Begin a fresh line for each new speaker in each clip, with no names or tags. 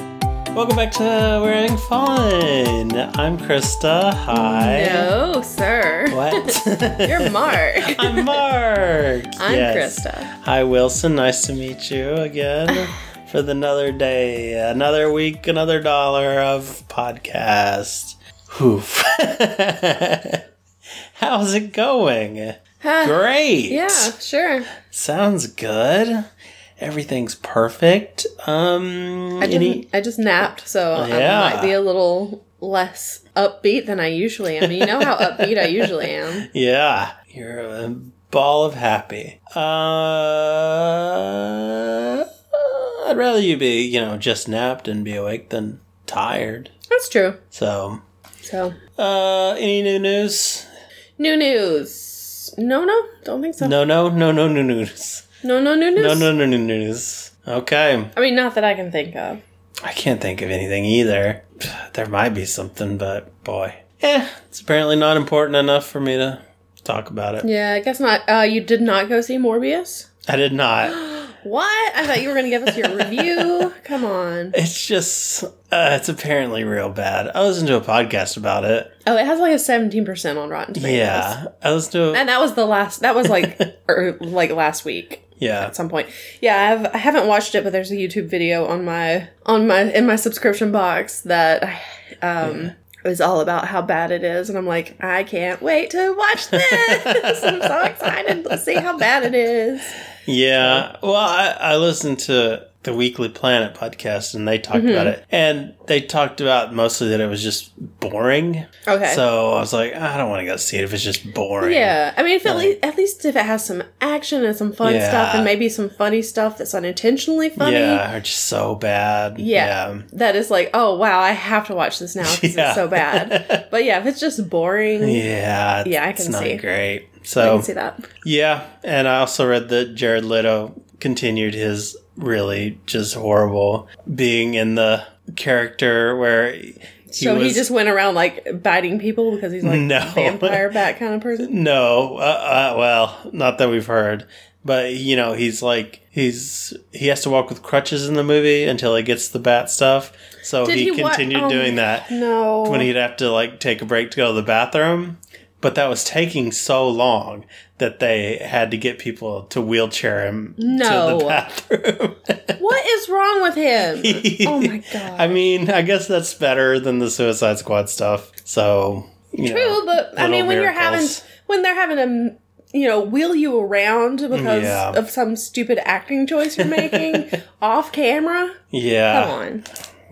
Welcome back to We're Having Fun. I'm Krista. Hi.
No, sir.
What?
You're Mark.
I'm Mark.
I'm
Yes.
Krista.
Hi, Wilson. Nice to meet you again for the- another day, another week, another dollar of podcast. Hoof. How's it going?
Ah,
Great.
yeah, sure.
Sounds good. Everything's perfect. Um,
I
any-
just, I just napped, so
Yeah.
I might be a little less upbeat than I usually am. You know how upbeat I usually am.
Yeah, you're a ball of happy. Uh, I'd rather you be, you know, just napped and be awake than tired.
That's true.
So,
So,
uh, any new news?
new news. No, no, don't think so.
No, no, no, no, no news.
No, no, new news.
No, no, no, no news. Okay,
I mean, not that I can think of.
I can't think of anything either. There might be something, but boy, eh, it's apparently not important enough for me to talk about it.
Yeah, I guess not. Uh, you did not go see Morbius?
I did not.
What? I thought you were going to give us your review. Come on.
It's just, uh, it's apparently real bad. I listened to a podcast about it.
Oh, it has like a 17% on Rotten Tomatoes.
Yeah. I listened to,
And that was the last. That was like, or like last week
yeah.
at some point. Yeah, I've I haven't watched it, but there's a YouTube video on my on my in my subscription box that um is all about how bad it is, and I'm like, I can't wait to watch this. I'm so excited to see how bad it is.
Yeah. Well, I, I listened to the Weekly Planet podcast and they talked about
Mm-hmm.
it. And they talked about mostly that it was just boring.
Okay.
So I was like, I don't want to go see it if it's just boring.
yeah, I mean, if at, least, at least if it has some action and some fun
Yeah.
stuff, and maybe some funny stuff that's unintentionally funny,
Yeah. Or just so bad.
Yeah. that is like, oh wow, I have to watch this now 'cause
Yeah.
it's so bad. but yeah, if it's just boring,
Yeah. Yeah.
Yeah, I
It's
can
not
see.
great.
I
So,
can see that.
Yeah, and I also read that Jared Leto continued his really just horrible being in the character where he
so
was
he just went around like biting people because he's like
No.
a vampire bat kind of person.
no, uh, uh, well, not that we've heard, but you know he's like he's he has to walk with crutches in the movie until he gets the bat stuff. So
Did
he,
he wa-
continued
oh,
doing that
No,
when he'd have to like take a break to go to the bathroom. But that was taking so long that they had to get people to wheelchair him to
No.
the bathroom.
what is wrong with him? oh my god.
I mean, I guess that's better than the Suicide Squad stuff. So you
True,
know,
but I
little
mean, when you're having
miracles.
when they're having a you know wheel you around because
Yeah.
of some stupid acting choice you're making off camera. Come
yeah,
on,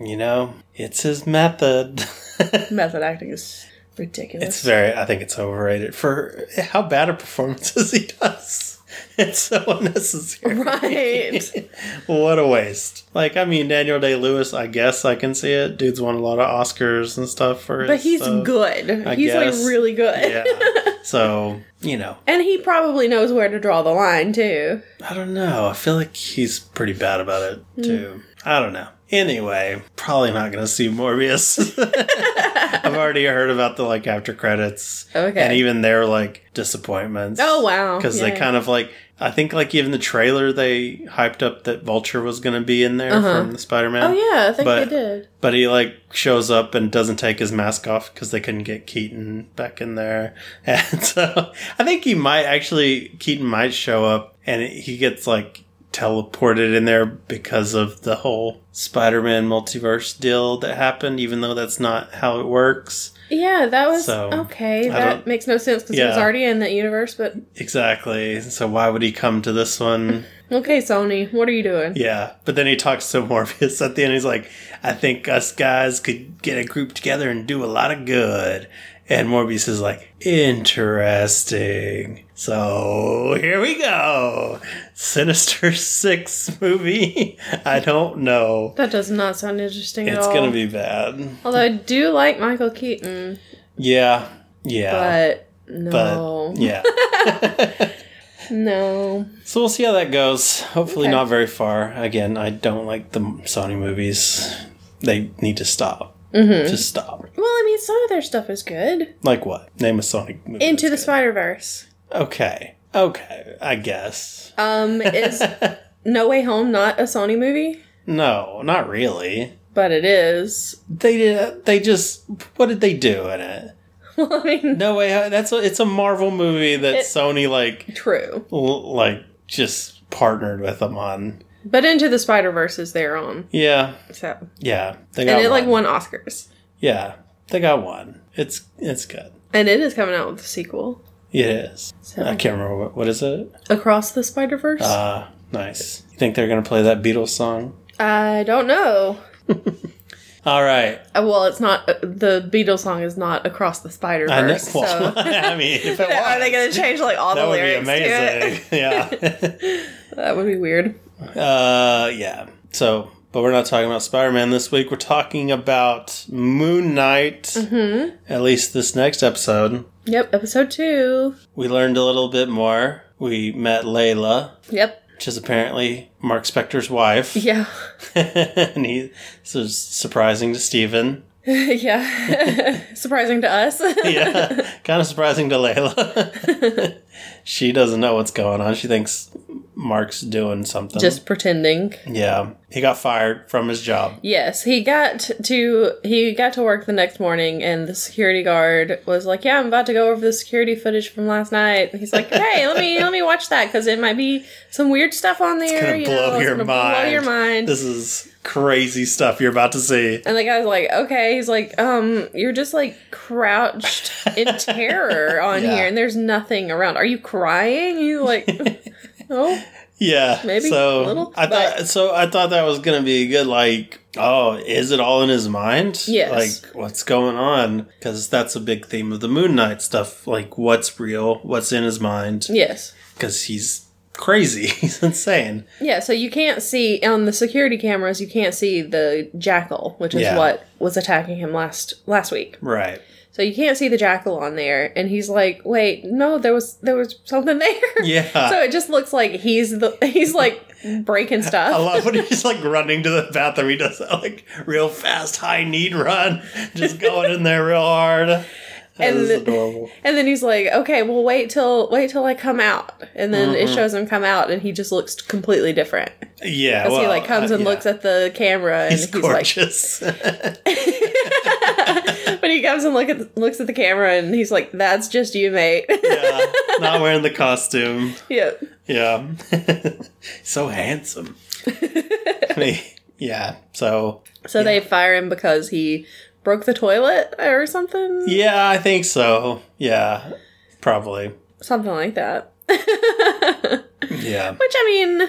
you know, it's his method.
method acting is ridiculous.
it's very. I think it's overrated for how bad a performances he does. It's so unnecessary.
right.
what a waste. Like, I mean, Daniel Day Lewis. I guess I can see it. Dude's won a lot of Oscars and stuff for.
But
his
he's
stuff.
good. he's
guess.
like really good.
Yeah. So you know,
And he probably knows where to draw the line too.
I don't know. I feel like he's pretty bad about
Mm.
it too. I don't know. Anyway, probably not going to see Morbius. I've already heard about the like after credits.
Okay.
And even their like disappointments.
Oh, wow.
Because
Yeah.
they kind of like I think like even the trailer they hyped up that Vulture was going to be in there from the Spider Man.
Oh yeah, I think
But-
they did.
But he like shows up and doesn't take his mask off because they couldn't get Keaton back in there, and so I think he might actually Keaton might show up and he gets like teleported in there because of the whole Spider-Man multiverse deal that happened, even though that's not how it works
Yeah, that was
So,
okay.
I don't-
That makes no sense because he was
Yeah.
already in that universe. But
exactly. So why would he come to this one?
okay, Sony, what are you doing?
Yeah, but then he talks to Morpheus at the end. He's like, "I think us guys could get a group together and do a lot of good." And Morpheus is like, "Interesting." So here we go, Sinister Six movie. I don't know.
That does not sound interesting at
It's
all.
gonna be bad.
Although I do like Michael Keaton,
Yeah, yeah,
but
Uh,
no,
but yeah.
no.
So we'll see how that goes. Hopefully,
Okay.
not very far. Again, I don't like the Sony movies. They need to stop.
Mm-hmm.
Just stop.
Well, I mean, some of their stuff is good.
Like what? Name a Sonic movie.
Into the
that's
Spider Verse.
good. Okay. Okay. I guess.
Um, is No Way Home not a Sony movie?
No, not really.
but it is.
They did. They just. What did they do in it?
Well, I mean,
No way. That's a, it's a Marvel movie that
It-
Sony like
true.
l- like just partnered with them on.
But Into the Spider Verse is there on.
Yeah,
So
yeah. They got
and it like
one.
won Oscars,
Yeah, they got one. It's it's good.
and it is coming out with a sequel.
It is.
So
I can't remember what, what is it.
Across the Spider Verse.
Ah, nice. You think they're gonna play that Beatles song?
I don't know.
All right.
Uh, Well, it's not uh, the Beatles song is not Across the Spider
I know.
Verse. So.
Well, I mean, if it
Are
was,
they going to change like all
that
the
would be
lyrics? To it?
amazing. yeah.
That would be weird.
uh, yeah. So, but we're not talking about Spider Man this week. We're talking about Moon Knight.
Mm-hmm.
At least this next episode,
Yep. Episode two.
we learned a little bit more. We met Layla,
Yep.
which is apparently Mark Spector's wife.
Yeah.
and he this was surprising to Steven.
yeah. Surprising to us.
Yeah, kind of surprising to Layla. she doesn't know what's going on. She thinks Mark's doing something.
Just pretending.
yeah, he got fired from his job.
Yes, he got to he got to work the next morning, and the security guard was like, "Yeah, I'm about to go over the security footage from last night." And he's like, "Hey, let me let me watch that because it might be some weird stuff on there.
Gonna
you
blow
know, it's
your
gonna
mind.
Blow your mind."
This is crazy stuff you're about to see.
and the guy's like, "Okay." He's like, "Um, you're just like crouched in terror on
Yeah.
here, and there's nothing around. Are you crying?" He's like, "Oh, "No."
Yeah,
Maybe
so
a little,
I thought so. I thought that was gonna be a good. Like, oh, is it all in his mind?
Yes.
Like, what's going on? Because that's a big theme of the Moon Knight stuff. Like, what's real? What's in his mind?
Yes.
because he's crazy. he's insane.
Yeah, so you can't see on the security cameras. You can't see the jackal, which is
Yeah.
what was attacking him last last week.
Right.
So you can't see the jackal on there, and he's like, "Wait, no, there was there was something there."
Yeah.
So it just looks like he's the he's like breaking
I
stuff.
love when he's like running to the bathroom. He does that like real fast, high need run, just going in there real hard. That
And
is
the-
adorable.
And then he's like, "Okay, well, wait till wait till I come out." And then it shows him come out, and he just looks completely different.
Yeah.
As he
well,
like comes
uh,
and
yeah.
looks at the camera, and
He's,
he's, like,
gorgeous.
when he comes and look at looks at the camera, and he's like, "That's just you, mate."
yeah. Not wearing the costume.
yep.
Yeah. so handsome. I mean, yeah. So
So they fire him because he broke the toilet or something?
yeah, I think so. Yeah. Probably.
Something like that. Which,
Yeah.
I mean,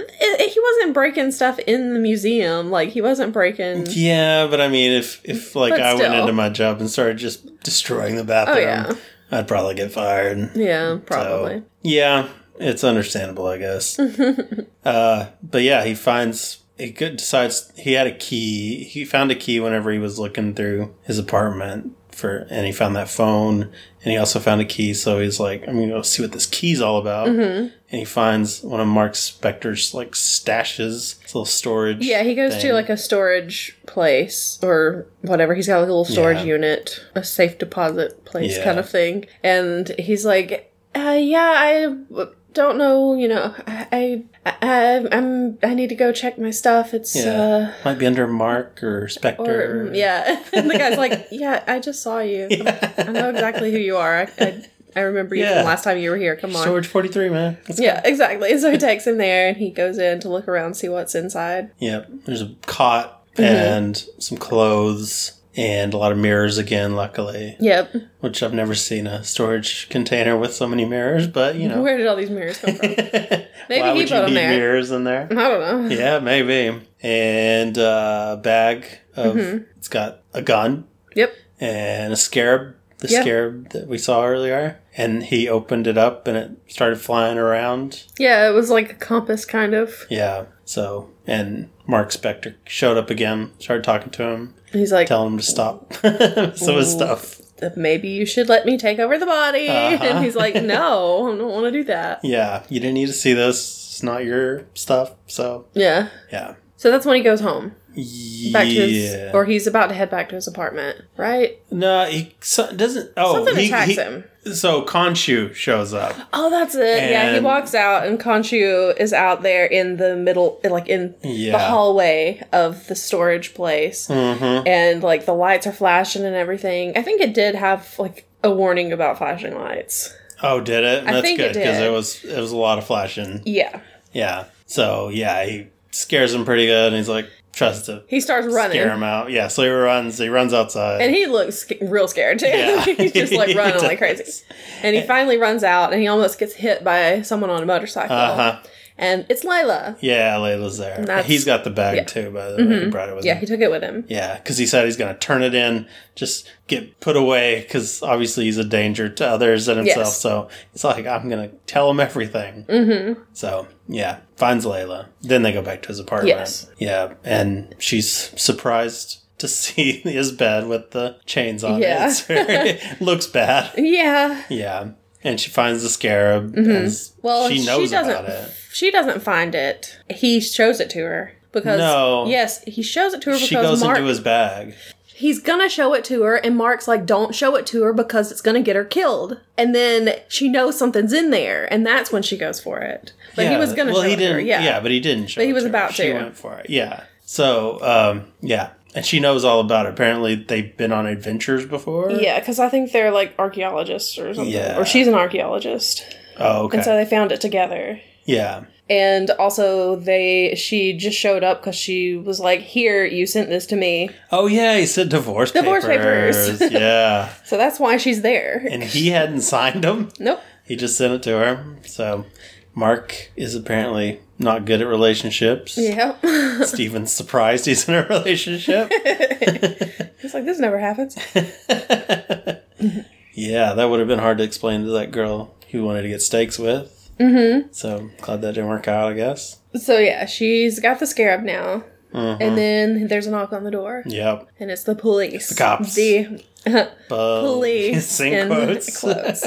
i i- he wasn't breaking stuff in the museum. Like, he wasn't breaking.
Yeah, but I mean, if if like
But
I went
still.
into my job and started just destroying the bathroom,
Oh, yeah.
I'd probably get fired. So,
Yeah, probably.
yeah, it's understandable, I guess. uh, but yeah, he finds he could, decides he had a key. He found a key whenever he was looking through his apartment for, and he found that phone, and he also found a key. So he's like, I'm gonna go see what this key's all about.
Mm-hmm.
And he finds one of Mark Spector's like stashes, his little storage.
Yeah, he goes
thing.
to like a storage place or whatever. He's got like a little storage
Yeah.
unit, a safe deposit place
Yeah.
kind of thing. And he's like, uh, "Yeah, I w- don't know. You know, I, I, I, I'm, I need to go check my stuff. It's uh,
Yeah. Might be under Mark or Spectre.
Or mm, yeah, and the guy's like, "Yeah, I just saw you. I know exactly who you are. I, I, I remember you
Yeah.
from last time you were here. Come on."
Storage 43, man. That's
yeah, exactly. And so he takes him there, and he goes in to look around, see what's inside.
Yep. There's a cot
Mm-hmm.
and some clothes and a lot of mirrors again, luckily,
Yep.
which I've never seen a storage container with so many mirrors, but you know.
Where did all these mirrors come from? Maybe
Why
he
would you
put them
need
there.
mirrors in there?
I don't know.
Yeah, maybe. And uh, a bag of.
Mm-hmm.
It's got a gun
Yep.
and a scarab. The
Yeah.
scarab that we saw earlier. And he opened it up and it started flying around.
Yeah, it was like a compass, kind of.
Yeah. So, and Mark Spector showed up again, started talking to him,
He's like,
telling him to stop some of his
Ooh.
stuff.
"Maybe you should let me take over the body."
Uh-huh.
And he's like, "No, I don't want to do that."
Yeah. You didn't need to see this. It's not your stuff. So,
Yeah.
yeah.
So that's when he goes home. back to
Yeah.
his, or he's about to head back to his apartment, right?
no, he so, doesn't. Oh,
Something
he,
attacks
he-
him.
So Khonshu shows up.
Oh, that's it. yeah, he
And-
walks out, and Conchu is out there in the middle, like in the
Yeah.
hallway of the storage place,
hmm
and like the lights are flashing and everything. I think it did have like a warning about flashing lights.
Oh, did it?
I
That's
think
good
it
because
did.
it was it was a lot of flashing.
Yeah,
Yeah. So yeah, he scares him pretty good, and he's like tries to
he starts running,
scare him out. Yeah. So he runs. He runs outside.
and he looks sc- real scared too.
Yeah.
He's just like
He
running like
does.
crazy, and he finally runs out, and he almost gets hit by someone on a motorcycle,
uh huh.
and it's Lila.
Yeah, Layla's there.
that's-
He's got the bag
yeah. Mm-hmm.
too. By the way, he brought it with
Yeah,
him.
he took it with him.
Yeah, because he said he's going to turn it in, just get put away, because obviously he's a danger to others and himself.
Yes.
So it's like, I'm going to tell him everything. Mm-hmm. So, yeah, finds Layla. Then they go back to his apartment.
Yes.
Yeah, and she's surprised to see his bed with the chains on
Yeah.
it. it looks bad.
Yeah.
Yeah. And she finds the scarab. and s-
Mm-hmm. Well,
she knows
doesn't.
about it.
She doesn't find it. He shows it to her because
No.
yes, he shows it to her
She
because
goes
Mark.
into his bag.
he's gonna show it to her, and Mark's like, "Don't show it to her because it's gonna get her killed." And then she knows something's in there, and that's when she goes for it. But he
Yeah,
was gonna
well,
show
he
it to
didn't,
her. Yeah.
yeah, but he didn't show. But
he was about
She
to.
went for it. Yeah. So, um, yeah, and she knows all about it. Apparently, they've been on adventures before.
Yeah, because I think they're like archaeologists or something,
Yeah.
or she's an archaeologist,
Oh, okay.
and so they found it together.
yeah.
And also, they she just showed up because she was like, "Here, you sent this to me,"
Oh yeah, he said divorce.
Divorce
papers.
papers.
yeah,
so that's why she's there.
and he hadn't signed them.
nope.
He just sent it to her. So, Mark is apparently not good at relationships.
Yeah.
Steven's surprised he's in a relationship.
It's like this never happens.
yeah, that would have been hard to explain to that girl he wanted to get steaks with. Mm-hmm. So glad that didn't work out. I guess.
So yeah, she's got the scarab now.
Uh-huh.
And then there's a knock on the door,
Yep.
and it's the police. The
cops.
The
Police.
police.
Um, In quotes.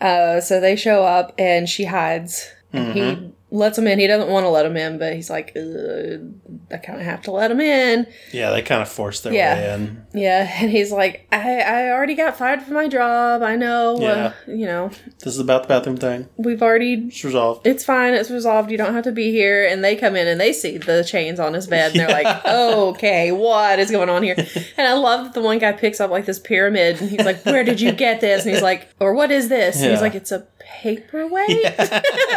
Uh, so they show up, and she hides. And
Mm-hmm.
He lets him in. He doesn't want to let him in, but he's like, "Ugh, I kind of have to let him in.
yeah, they kind of forced their
Yeah.
way in.
Yeah. And he's like, I, I already got fired from my job. I know. Uh, you know,
This is about the bathroom thing.
we've already
It's resolved.
it's fine, it's resolved, you don't have to be here. And they come in and they see the chains on his bed and they're like, okay, what is going on here? And I love that the one guy picks up like this pyramid and he's like, where did you get this? And he's like, or what is this? And
Yeah.
he's like, it's a paperweight.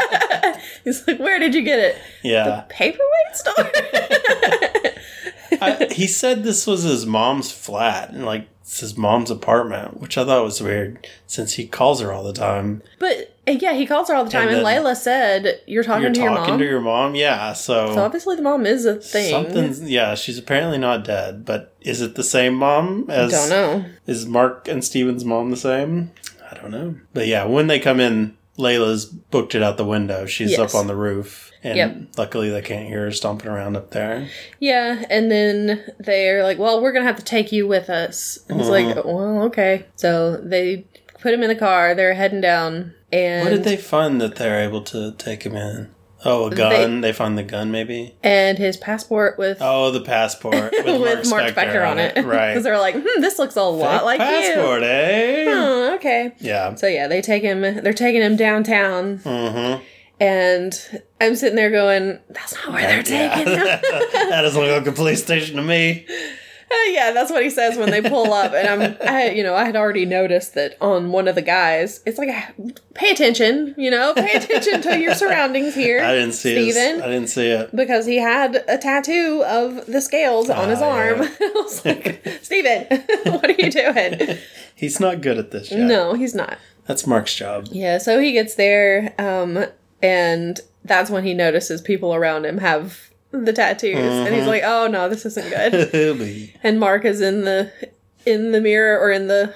he's like, where did you get it?
Yeah.
Paperweight store?
I, he said this was his mom's flat and like it's his mom's apartment, which I thought was weird since he calls her all the time.
but uh, yeah, he calls her all the time.
And
And,
then-
Layla said, you're talking
You're
to your
talking
mom.
to your mom? Yeah.
so
So,
obviously the mom is a thing.
something's, yeah, she's apparently not dead, but is it the same mom as
Don't know.
Is Mark and Steven's mom the same? I don't know. But yeah, when they come in, Layla's booked it out the window. She's
Yes.
up on the roof. And
Yep.
luckily they can't hear her stomping around up there.
Yeah, and then they're like, "Well, we're gonna have to take you with us." And it's like,
Uh-huh.
"Well, okay." So they put him in the car. They're heading down, and
What did they find that they're able to take him in? Oh, a gun. They, find the gun, maybe?
and his passport with
Oh, the passport with,
with Mark Spector, on it,
Right.
Because they're like, "Hmm, this looks a lot
Fake
like
passport, eh?
you." Oh, okay.
Yeah.
So yeah, they take him. They're taking him downtown,
Mm-hmm.
and I'm sitting there going, "That's not where they're
Yeah.
taking him."
that doesn't look like a police station to me.
Uh, yeah, that's what he says when they pull up, and I'm, I, you know, I had already noticed that on one of the guys, it's like, pay attention, you know, pay attention to your surroundings here.
I didn't see it.
Steven.
I didn't see it.
because he had a tattoo of the scales on his
Ah,
arm.
yeah.
I was like, Steven, what are you doing?
He's not good at this yet.
No, he's not.
That's Mark's job.
Yeah, so he gets there, um, and that's when he notices people around him have the tattoos, and
Mm-hmm.
he's like, oh no, this isn't good.
He'll be-
and Mark is in the in the mirror or in the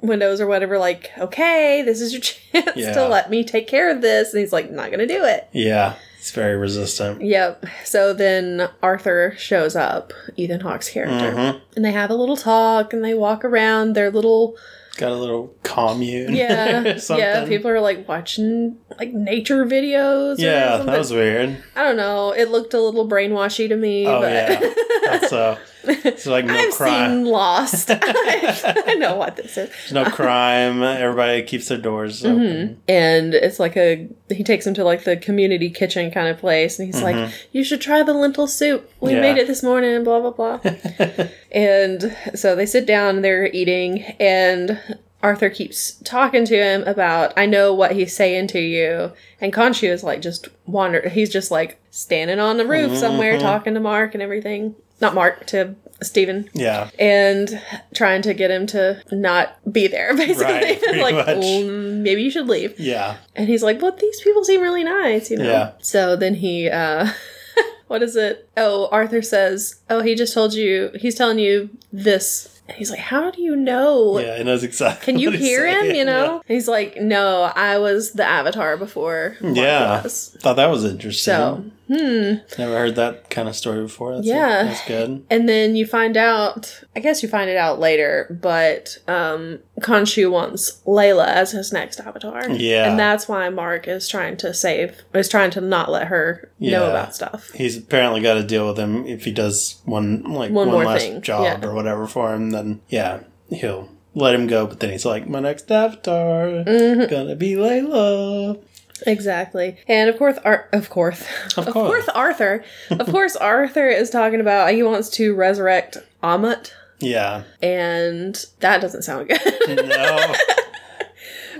windows or whatever like okay this is your chance
Yeah.
to let me take care of this and he's like not gonna do it
yeah, he's very resistant.
yep so then arthur shows up ethan hawke's character
Mhm.
and they have a little talk and they walk around their little
Got a little commune.
Yeah,
or something.
yeah. People are like watching like nature videos. or
Yeah,
something.
that was weird.
I don't know. It looked a little brainwashy to me.
Oh
but
yeah, that's uh, it's like no
I've
crime,
seen Lost. I know what this is.
no crime. Everybody keeps their doors open.
Mm-hmm. And it's like a he takes him to like the community kitchen kind of place, and he's like, "You should try the lentil soup. We
Mm-hmm. Yeah.
made it this morning." and Blah blah blah. and so they sit down, and they're eating, and Arthur keeps talking to him about, "I know what he's saying to you." And Conchu is like just wander. He's just like standing on the roof somewhere
Mm-hmm.
talking to Mark and everything. Not Mark to Stephen
Yeah,
and trying to get him to not be there basically
Right, pretty
like
much.
"Mm, maybe you should leave
yeah.
and he's like but these people seem really nice you know
Yeah.
so then he uh what is it oh arthur says oh he just told you he's telling you this and he's like how do you know
Yeah, he knows exactly.
Can you
what he's
hear him?
saying,
You know, And he's like, "No, I was the avatar before." Mark
Yeah.
was."
yeah. Thought that was interesting.
So, hmm.
Never heard that kind of story before. That's
Yeah.
that's good.
And then you find out, I guess you find it out later, but um, Khonshu wants Layla as his next avatar.
Yeah.
And that's why Mark is trying to save, is trying to not let her know
Yeah.
about stuff.
He's apparently got to deal with him if he does one like
One
one,
more
last
thing,
job
yeah.
or whatever for him. Then yeah, he'll let him go. But then he's like, my next avatar
Mm-hmm.
gonna be Layla.
Exactly. And of course, Ar- of course,
Of
of
course.
course, Arthur, of course, Arthur is talking about he wants to resurrect Amit.
Yeah.
And that doesn't sound good.
No.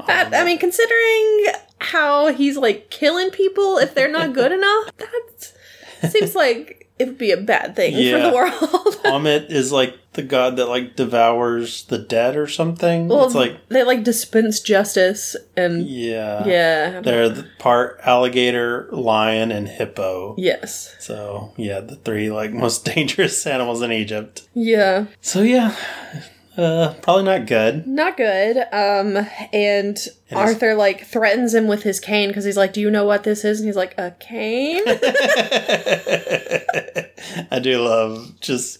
Um,
that, I mean, considering how he's like killing people if they're not good enough, that seems like it would be a bad thing for
Yeah.
the world.
Amit is like the god that like devours the dead or something.
well,
it's like
they like dispense justice and
yeah.
yeah,
They're the part alligator, lion, and hippo.
yes,
So yeah, the three like most dangerous animals in Egypt.
yeah,
So yeah, uh, probably not good.
not good. Um, and Arthur like threatens him with his cane because he's like, "Do you know what this is?" And he's like, "A cane."
I do love just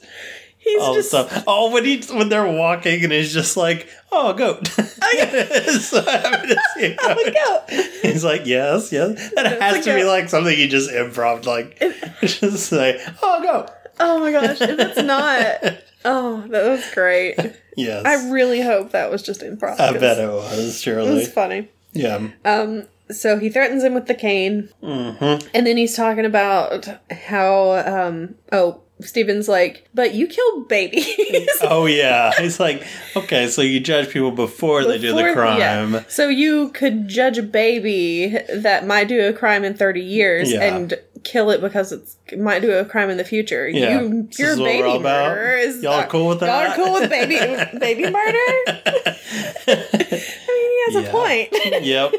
He's
all the
just
stuff. Oh, when he when they're walking and he's just like, "Oh, a goat." so happy to see a goat.
a goat.
He's like, "Yes, yes." That
It's
has
a
to be
goat.
like something you just improv, like just say, "Oh, a goat."
Oh my gosh, if it's not. Oh, that was great.
Yes,
I really hope that was just improv.
I
'cause
bet it was
It was
surely.
funny.
Yeah.
Um, so he threatens him with the cane,
Mm-hmm.
and then he's talking about how, um, oh, Steven's like, but you kill babies.
Oh yeah. He's like, okay, so you judge people before, they do the
Before-
crime.
yeah. So you could judge a baby that might do a crime in 30 years
Yeah.
and kill it because it's it might do a crime in the future.
Yeah.
You,
This
you're
is
a
what we're
baby
all about.
murderer. Is
Y'all are cool with
Y'all are
that?
cool with baby, baby murder? I mean, he has
Yeah.
a point.
yep.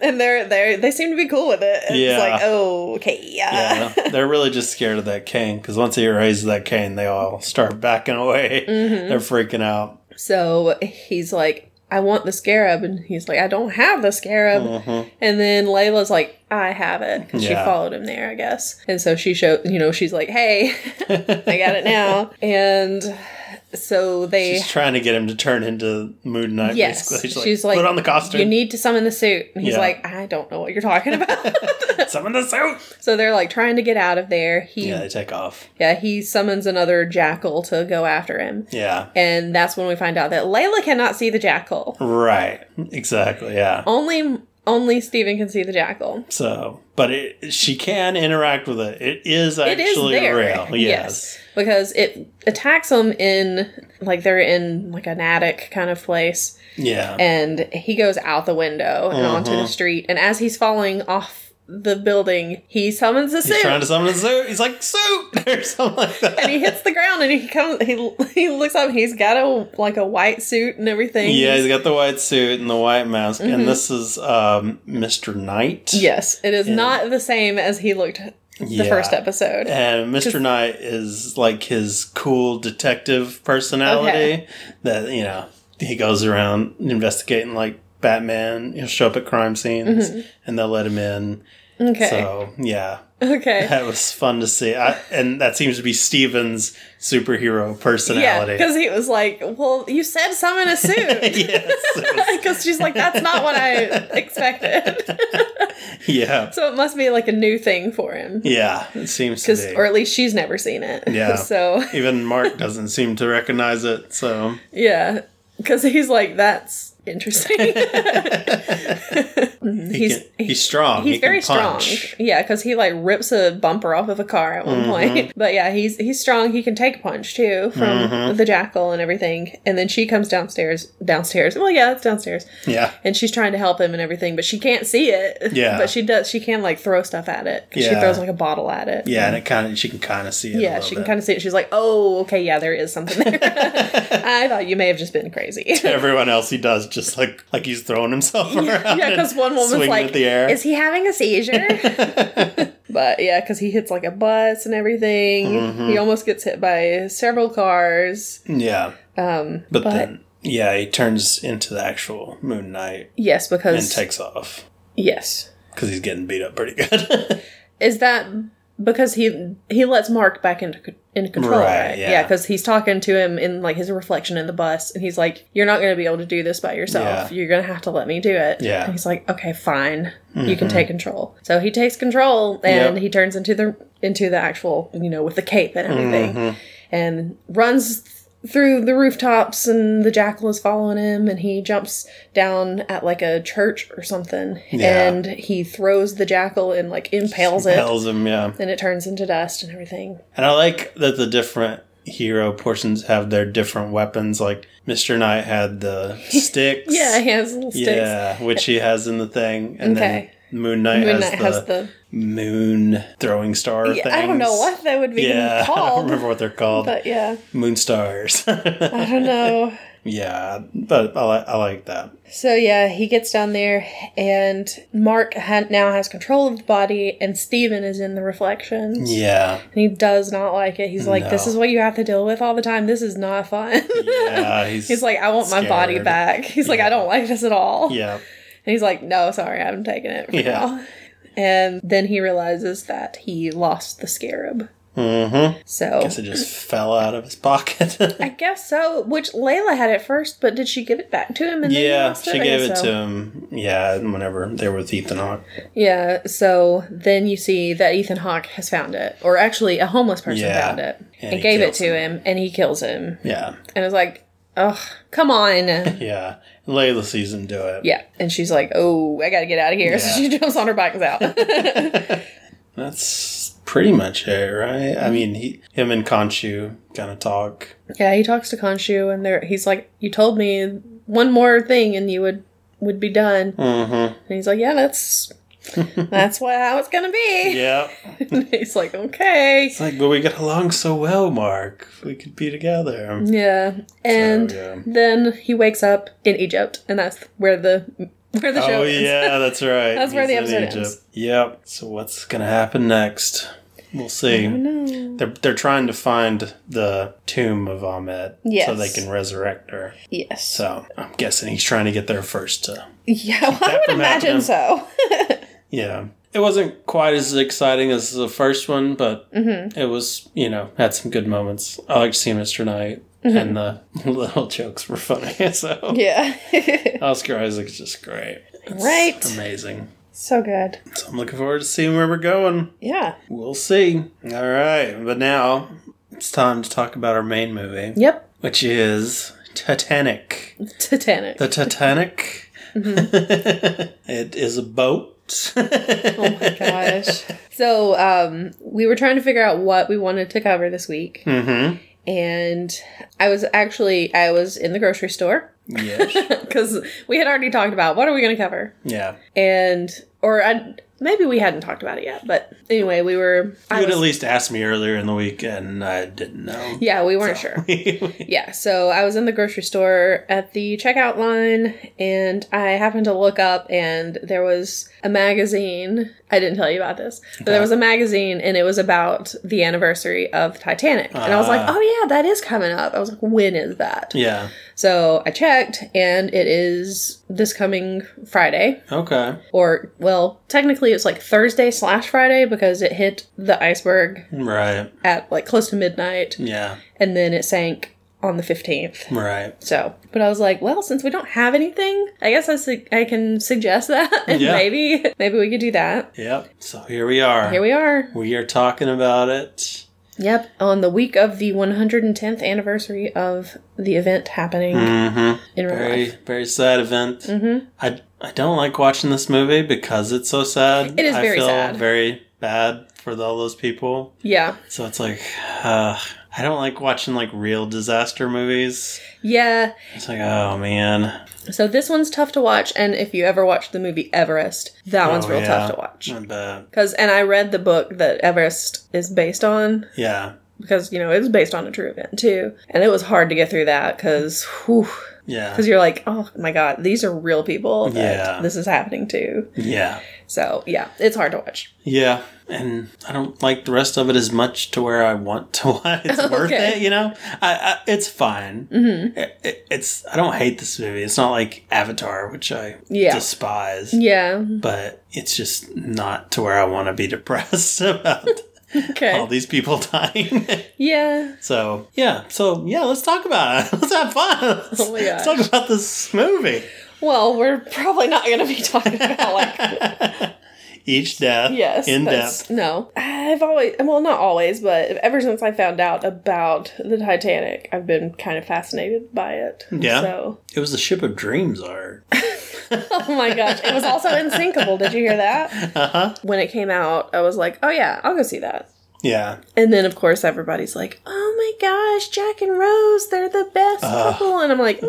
and they're they they seem to be cool with it. And
Yeah.
It's like, oh, okay, yeah.
Yeah. They're really just scared of that cane because once he raises that cane, they all start backing away.
Mm-hmm.
They're freaking out.
So he's like, I want the scarab, and he's like, I don't have the scarab.
Mhm.
And then Layla's like, I have it because she
Yeah.
followed him there, I guess. And so she showed, you know, she's like, hey, I got it now. And so they.
She's trying to get him to turn into Moon Knight.
Yes.
basically. She's,
She's like,
like, put on the costume.
you need to summon the suit. And he's
Yeah.
like, I don't know what you're talking about.
Summon the suit.
so they're like trying to get out of there. He
Yeah, they take off.
yeah, he summons another jackal to go after him.
Yeah.
And that's when we find out that Layla cannot see the jackal.
Right. Exactly. Yeah.
Only only Steven can see the jackal.
So, but it, she can interact with it. It is
It is
actually
there.
real. Yes.
Because it attacks them in like they're in like an attic kind of place
Yeah.
and he goes out the window and
Uh-huh.
onto the street and as he's falling off the building, he summons the
He's trying
suit.
to summon the suit. He's like, suit! Or something like that.
and he hits the ground and he comes he he looks up he's got a like a white suit and everything.
Yeah, he's got the white suit and the white mask, and this is um, Mr. Knight.
Yes, it is not the same as he looked the
Yeah.
first episode.
And Mr. Knight is like his cool detective personality
Okay.
that, you know, he goes around investigating like Batman. He'll show up at crime scenes and they'll let him in.
Mm-hmm. Okay.
So, yeah.
Okay.
That was fun to see. I, and that seems to be Steven's superhero
Yeah,
personality.
because he was like, "Well, you said summon a suit."
yes. it was-
Because she's like, "That's not what I expected."
yeah.
so it must be like a new thing for him,
Yeah. It seems to
'Cause-
be.
or at least she's never seen it.
Yeah.
so
Even Mark doesn't seem to recognize it. So
yeah, because he's like, "That's interesting." Mm-hmm.
he
He's-
can, he's strong.
he's
he
very
can punch. Mm-hmm.
strong. Yeah, because he like rips a bumper off of a car at one point. But yeah, he's he's strong. He can take a punch too from
Mm-hmm.
the jackal and everything. And then she comes downstairs. Downstairs. Well, yeah, it's downstairs.
Yeah.
And she's trying to help him and everything, but she can't see it.
Yeah.
But she does. She can like throw stuff at it. 'cause She
Yeah.
throws like a bottle at it.
Yeah. And it kind of, she can kind of see it.
Yeah, she can kind of see it. She's like, "Oh, okay, yeah, there is something there." I thought you may have just been crazy.
of. Everyone else he does just like like he's throwing himself around.
yeah, because
and
one woman's
swinging
like,
at the air.
"Is he having a seizure?" but yeah, because he hits like a bus and everything.
Mm-hmm.
He almost gets hit by several cars.
yeah.
Um,
But, then, yeah, he turns into the actual Moon Knight
yes,
and
because
takes off
yes,
because he's getting beat up pretty good.
is that because he he lets Mark back into c- into control,
Right,
right?
yeah.
Yeah, because he's talking to him in like his reflection in the bus, and he's like, "You're not going to be able to do this by yourself.
Yeah.
You're going to have to let me do it."
Yeah. Mm-hmm.
and he's like, "Okay, fine. You can take control." So he takes control, and
Yep.
he turns into the into the actual you know with the cape and everything,
Mm-hmm.
and runs. th- Through the rooftops, and the jackal is following him, and he jumps down at like a church or something,
Yeah.
and he throws the jackal and like impales it
Tells him, yeah.
and it turns into dust and everything.
And I like that the different hero portions have their different weapons. Like Mr. Knight had the sticks.
Yeah, he has little sticks.
Yeah, which he has in the thing. And
Okay.
then Moon Knight,
Moon
has,
Knight
the
has the.
moon throwing star
Yeah,
things.
I don't know what they would be
Yeah, I don't
called,
remember what they're called.
but yeah,
moon stars.
I don't know.
yeah, but I, li- I like that.
So yeah, he gets down there, and Mark ha- now has control of the body, and Steven is in the reflections,
Yeah.
and he does not like it. He's like, "This
No.
is what you have to deal with all the time. This is not fun."
Yeah, he's,
He's like, I want my body
Scared.
back. He's like, I
Yeah.
don't like this at all.
yeah,
And he's like, no, sorry, I'm taking it for
Yeah.
now. And then he realizes that he lost the scarab.
mm-hmm.
So
Guess it just fell out of his pocket.
I guess so. Which Layla had it first, but did she give it back to him? And then he
yeah,
lost
she gave it to him. Yeah, whenever they were with Ethan Hawke.
Yeah. So then you see that Ethan Hawke has found it, or actually a homeless person
Yeah.
found it
And
and,
he
gave it
kills
to him. and he kills him.
Yeah,
And it's like, ugh, come on.
yeah. And Layla sees him do it.
yeah. And she's like, oh, I got to get out of here. So
Yeah.
she jumps on her bike and is out.
That's pretty much it, right? I mean, he, him and Conchu kind of talk.
Yeah, he talks to Khonshu, and there he's like, "You told me one more thing, and you would would be done."
Mm-hmm.
And he's like, "Yeah, that's that's what how it's gonna be."
Yeah.
And he's like, "Okay."
It's like, but we get along so well, Mark. We could be together.
Yeah, and
yeah.
then he wakes up in Egypt, and that's where the where the show
Oh
is.
yeah, that's right.
That's where the
He's in
episode
Egypt.
ends.
Yep. So what's gonna happen next? We'll see. They're they're trying to find the tomb of Ahmed so
Yes.
they can resurrect her.
Yes.
So I'm guessing he's trying to get there first to
yeah, well, I
that
would
from
imagine
happening.
so.
Yeah. It wasn't quite as exciting as the first one, but
Mm-hmm.
it was, you know, had some good moments. I liked seeing Mr. Knight, and the little jokes were funny. So
Mm-hmm. yeah.
Oscar Isaac's just great. It's
Right.
Amazing.
so good.
So I'm looking forward to seeing where we're going.
Yeah.
We'll see. All right. But now it's time to talk about our main movie,
Yep.
which is Titanic.
Titanic.
The Titanic.
Mm-hmm.
it is a boat.
Oh my gosh. So um, we were trying to figure out what we wanted to cover this week.
Mm-hmm.
And I was actually I was in the grocery store
Yes.
because we had already talked about what are we going to cover,
Yeah.
and or I, maybe we hadn't talked about it yet. But anyway, we were.
You
I
would
was-
at least ask me earlier in the week, and I didn't know.
yeah, we weren't sure. Yeah, so I was in the grocery store at the checkout line and I happened to look up and there was a magazine. I didn't tell you about this, but there was a magazine and it was about the anniversary of Titanic. and I was like,
Ah.
oh yeah, that is coming up. I was like, when is that?
yeah.
So I checked and it is this coming Friday
Okay.
or, well, well, technically it's like Thursday slash Friday because it hit the iceberg
Right.
at like close to midnight
Yeah.
and then it sank on the 15th.
Right.
So, but I was like, well, since we don't have anything, I guess I, su- I can suggest that. and
Yeah.
maybe, maybe we could do that.
Yep. So here we are.
Here we are.
we are talking about it.
Yep. On the week of the 110th anniversary of the event happening
Mm-hmm.
in real
Very,
life.
very sad event.
Mm-hmm.
I I don't like watching this movie because it's so sad.
It is
I
very
feel
sad.
Very bad for all those people.
Yeah.
So it's like, uh, I don't like watching like real disaster movies.
Yeah.
It's like, oh man,
So this one's tough to watch. And if you ever watched the movie Everest, that
Oh,
one's real
yeah. Hmm.
tough to watch.
I bet.
Because, and I read the book that Everest is based on,
Yeah,
because, you know, it was based on a true event too. And it was hard to get through that because,
yeah,
because you're like, oh my God, these are real people that
Yeah.
this is happening to.
yeah,
So yeah, it's hard to watch.
yeah. And I don't like the rest of it as much to where I want to. watch. It's worth
Okay.
it, you know. I, I it's fine.
Mm-hmm.
It, it- it's I don't hate this movie. It's not like Avatar, which I
Yeah.
despise.
Yeah.
but it's just not to where I want to be depressed about
Okay.
all these people dying.
yeah.
so yeah, so yeah, let's talk about it. Let's have fun. Let's,
Oh my
let's
gosh.
talk about this movie.
Well, we're probably not going to be talking about like
Each death,
yes,
in
that's-
depth.
No, I've always well, not always, but ever since I found out about the Titanic, I've been kind of fascinated by it.
Yeah.
So,
It was the ship of dreams, art.
oh my gosh, it was also unsinkable. Did you hear that?
Uh huh.
When it came out, I was like, oh yeah, I'll go see that.
Yeah.
And then, of course, everybody's like, oh my gosh, Jack and Rose, they're the best
Ugh.
couple. And I'm like,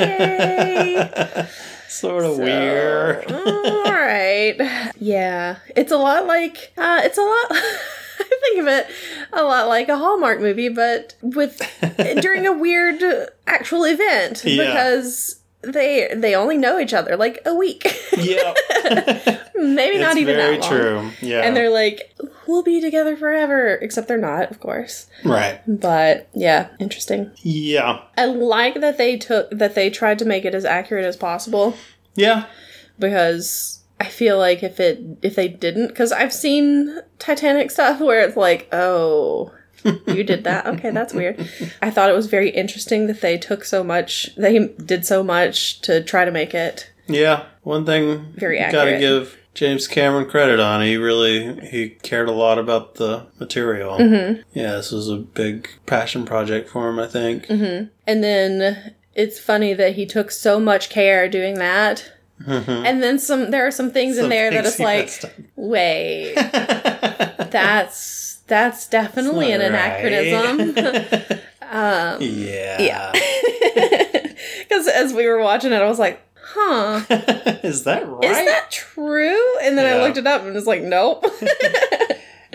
okay.
sort of
So,
weird.
all right. Yeah. It's a lot like, uh, it's a lot, I think of it a lot like a Hallmark movie, but with, during a weird uh, actual event
Yeah.
because they, they only know each other like a week.
yep.
Maybe
it's
not even
very
that long.
true. Yeah.
And they're like, we'll be together forever. Except they're not, of course.
right.
But yeah, interesting.
Yeah.
I like that they took that they tried to make it as accurate as possible
Yeah.
because I feel like if it if they didn't because I've seen Titanic stuff where it's like oh you did that okay that's weird I thought it was very interesting that they took so much they did so much to try to make it
Yeah, one thing
Very
you gotta
accurate.
give James Cameron credit on. He really he cared a lot about the material.
Mm-hmm.
Yeah, this was a big passion project for him. I think.
Mm-hmm. and then it's funny that he took so much care doing that and then some there are some things in there
Mm-hmm.
that
Things
it's
he
like
messed up.
wait that's that's definitely an anachronism
um, yeah.
Because as we were watching it, I was like, huh,
Is that right?
is that true? And then
Yeah.
I looked it up and it's like, nope.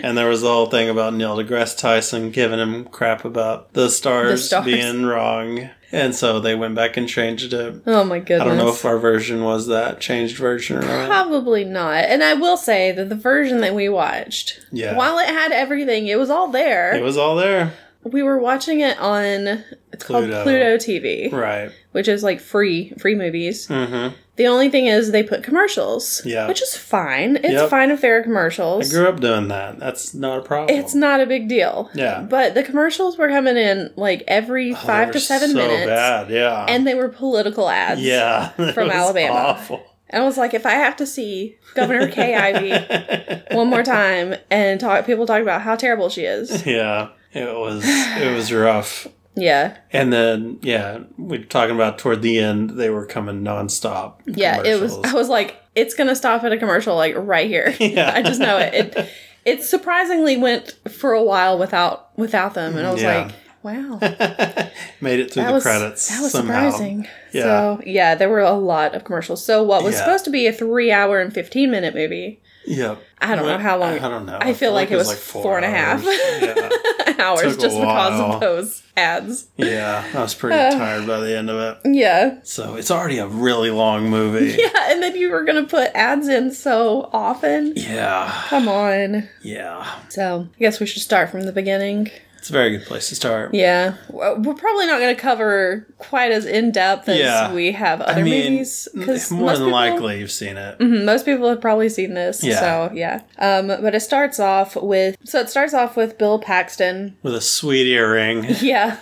And there was the whole thing about Neil deGrasse Tyson giving him crap about the stars,
stars.
being wrong. And so they went back and changed it.
oh my goodness.
I don't know if our version was that changed version or not.
Probably not. And I will say that the version that we watched,
Yeah.
while it had everything, it was all there.
It was all there.
we were watching it on, it's
Pluto.
called Pluto TV,
Right.
which is like free, free movies.
Mm-hmm.
The only thing is they put commercials,
Yeah.
which is fine. It's
Yep.
fine if there are
I
commercials.
grew up doing that. That's not a problem.
It's not a big deal.
Oh. Yeah.
But the commercials were coming in like every
Oh,
five
they
to
were
seven
so
minutes.
bad. Yeah.
And they were political ads.
yeah, It
from
was
Alabama.
Awful.
And I was like, if I have to see Governor Kay Ivey one more time and talk people talk about how terrible she is.
yeah, it was it was rough.
Yeah.
And then yeah, we were talking about toward the end they were coming nonstop.
Yeah. It was I
commercials.
was like, it's gonna stop at a commercial like right here.
Yeah.
I just know it. It it surprisingly went for a while without without them. And I was
Yeah.
like, wow.
made it through the credits
That was
somehow.
surprising.
Yeah.
So yeah, there were a lot of commercials. So what was
Yeah.
supposed to be a three hour and fifteen minute movie,
Yeah,
I don't know how long-
I don't know.
I feel like it was four and a half.
hours.
hours
Took a
just because
while.
of those ads.
yeah. yeah, I was pretty
Uh.
tired by the end of it.
Yeah.
So it's already a really long movie.
Yeah, and then you were gonna put ads in so often.
Yeah.
Come on.
Yeah.
So I guess we should start from the beginning.
It's a very good place to start.
Yeah, Well, we're probably not going to cover quite as in depth as
Yeah.
we have other
I mean,
movies because
more than likely you've seen it.
Mhm, most people have probably seen this.
Yeah.
So yeah, um, but it starts off with so it starts off with Bill Paxton.
With a sweet earring.
Yeah,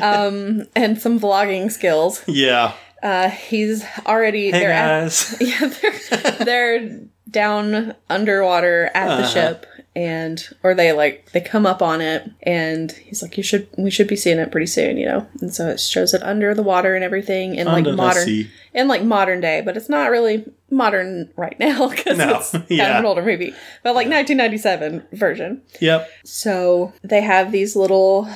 um, and some vlogging skills.
yeah.
Uh, he's already
Hey,
they're at-
guys.
yeah, they're, they're down underwater at the
Uh-huh.
ship and or they like they come up on it and he's like you should we should be seeing it pretty soon you know and so it shows it under the water and everything in like
Under the
modern
sea.
in like modern day but it's not really modern right now because
No,
it's kind of
yeah.
an older movie but like 1997 version
Yep.
so they have these little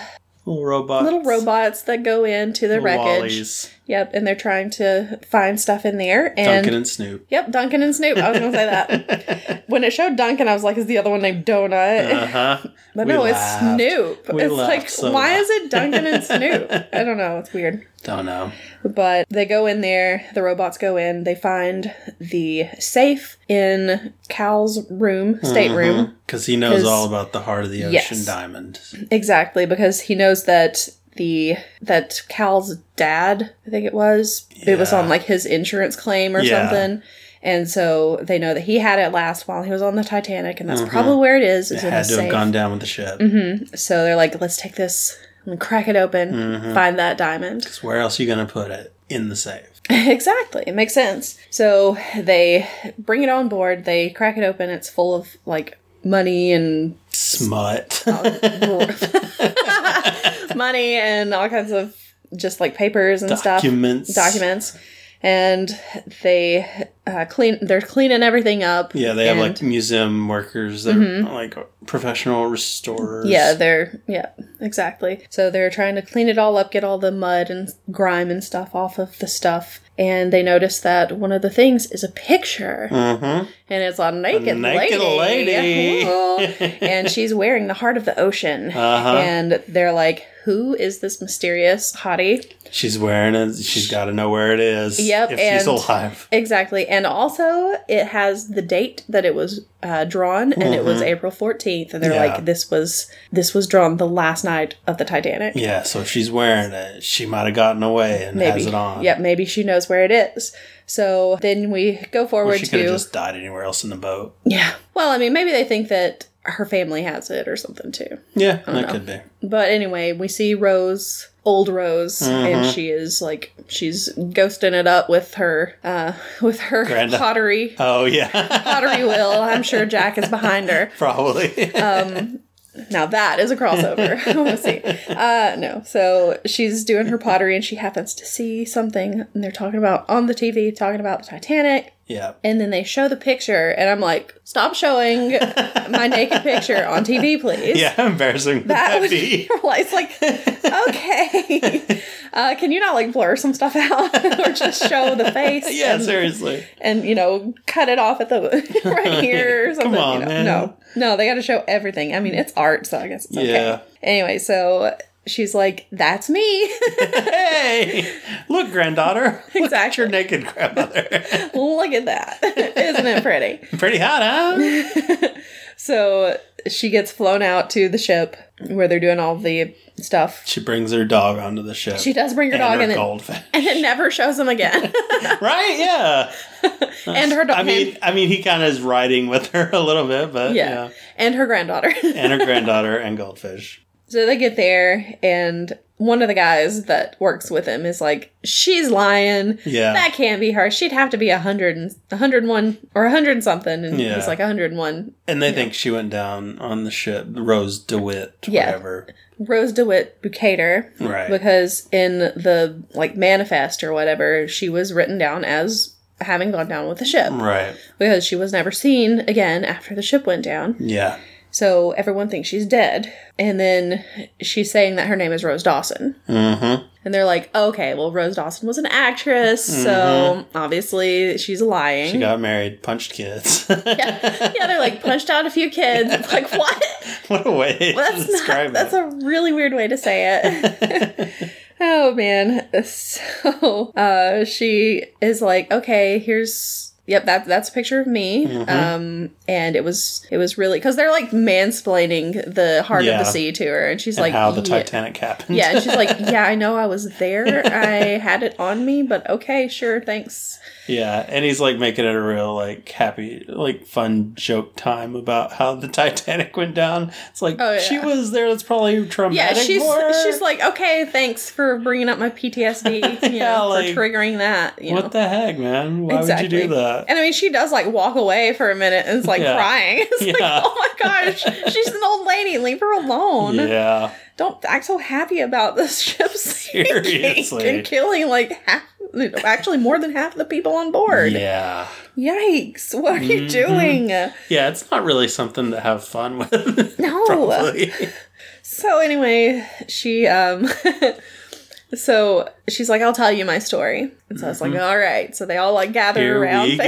Little robots.
little robots that go into the
Little
wreckage
Wallies.
yep and they're trying to find stuff in there and
Duncan and Snoop.
Yep, Duncan and Snoop. I was gonna say that. when it showed Duncan, I was like, "Is the other one named Donut?"
Uh huh.
but no, it's Snoop.
We
it's
laughed
like,
so
why
loud.
is it Duncan and Snoop? I don't know. It's weird.
Don't know.
But they go in there. The robots go in. They find the safe in Cal's room, stateroom,
Because Mm-hmm. he knows
'Cause-
all about the heart of the ocean
Yes.
diamond.
exactly because he knows that the that Cal's dad, I think it was, it was
Yeah.
on like his insurance claim or
Yeah.
something. And so they know that he had it last while he was on the Titanic, and that's
Mhm.
probably where it is.
It
It's in a
had to have
safe.
gone down with the ship.
Mhm. So they're like, let's take this and crack it open,
Mhm.
find that diamond.
'Cause Where else are you going to put it? In the safe.
exactly, it makes sense. So they bring it on board. They crack it open. It's full of like money and
Smut.
money and all kinds of just like papers and stuff.
Documents.
documents and they uh, clean they're cleaning everything up
Yeah, they have like
and- Mm-hmm.
museum workers. They're like professional restorers.
yeah they're yeah exactly so they're trying to clean it all up get all the mud and grime and stuff off of the stuff and they notice that one of the things is a picture
Mm-hmm.
and it's a naked,
naked
lady,
lady.
Ooh. and she's wearing the heart of the ocean
Uh-huh.
and they're like who is this mysterious hottie
She's wearing it. She's got to know where it is.
Yep,
If she's
and-
alive.
Exactly. And also, it has the date that it was uh, drawn, and it was April 14th. And they're
Mm-hmm. Yeah.
like, this was this was drawn the last night of the Titanic.
Yeah, so if she's wearing it, she might have gotten away and
Maybe.
has it on.
Yep, maybe she knows where it is. So then we go
Or
forward
she could
to.
have just died anywhere else in the boat.
yeah. Well, I mean, maybe they think that her family has it or something too.
Yeah, that could be.
But anyway, we see Rose, old Rose, and she is like she's ghosting it up with her uh with her
Granda.
pottery
Oh, yeah.
pottery wheel. I'm sure Jack is behind her.
Probably.
Uh, Now that is a crossover. We'll see. Uh, no, so she's doing her pottery and she happens to see something, and they're talking about on the TV, talking about the Titanic,
yeah.
and then they show the picture, and I'm like, stop showing my naked picture on TV, please.
Yeah, how embarrassing would that,
That would
be?
It's like, okay, uh, can you not like blur some stuff out or just show the face?
yeah,
and-
seriously.
and you know cut it off at the right here or
Come
something. you
on,
know.
man.
No, no, they got to show everything. I mean, it's art, so I guess it's
Yeah.
okay. Anyway, so she's like, "That's me."
Hey, look, granddaughter. Look at your naked grandmother.
Look at that, isn't it pretty?
Pretty hot, huh?
So she gets flown out to the ship where they're doing all the stuff.
She brings her dog onto the ship.
She does bring her
and
dog,
her
and it,
goldfish.
and it never shows them again.
right? Yeah.
and her dog,
I mean, I mean, he kind of is riding with her a little bit, but
yeah,
yeah.
and her granddaughter.
And her granddaughter and goldfish.
So they get there, and one of the guys that works with him is like, "She's lying.
Yeah.
That can't be her. She'd have to be a hundred and a hundred and one or a hundred and something." And
Yeah.
he's like, "A hundred and one."
And they think she went down on the ship, Rose DeWitt,
Yeah.
whatever.
Rose DeWitt Bucator,
Right.
because in the like manifest or whatever, she was written down as having gone down with the ship
Right.
because she was never seen again after the ship went down.
Yeah.
So everyone thinks she's dead, and then she's saying that her name is Rose Dawson.
Mm-hmm.
And they're like, okay, well, Rose Dawson was an actress, so obviously she's lying.
Mm-hmm. She got married, punched kids.
yeah, they're like punched out a few kids. It's like, what?
what a way
Well,
to
that's
describe
not, that's
it.
a really weird way to say it. oh man. So uh, she is like, okay, here's Yep, that that's a picture of me.
Mhm.
Um, and it was it was really because they're like mansplaining the heart of
Yeah.
the sea to her, and she's
and
like,
how the
"Yeah."
Titanic happened.
Yeah, and she's like, "Yeah, I know I was there. I had it on me, but okay, sure, thanks."
yeah, and he's like making it a real like happy, like fun joke time about how the Titanic went down. It's like
Oh, yeah.
she was there. That's probably
Yeah,
traumatic.
she's
for her.
she's like, "Okay, thanks for bringing up my PTSD, you
Yeah,
know,
like,
for triggering that." You know?
what the heck, man? Why would you do
Exactly.
that?
And I mean, she does like walk away for a minute and is like
Yeah.
crying. It's like,
Yeah.
oh my gosh, she's an old lady. Leave her alone.
Yeah,
Don't act so happy about this ship sinking
Seriously.
and killing like half, actually more than half the people on board.
yeah,
Yikes! What are you
Mhm.
doing?
yeah. It's not really something to have fun with.
No.
probably.
So anyway, she um so she's like, I'll tell you my story. And so I was like, all right. So they all like gather
Here we
around
go.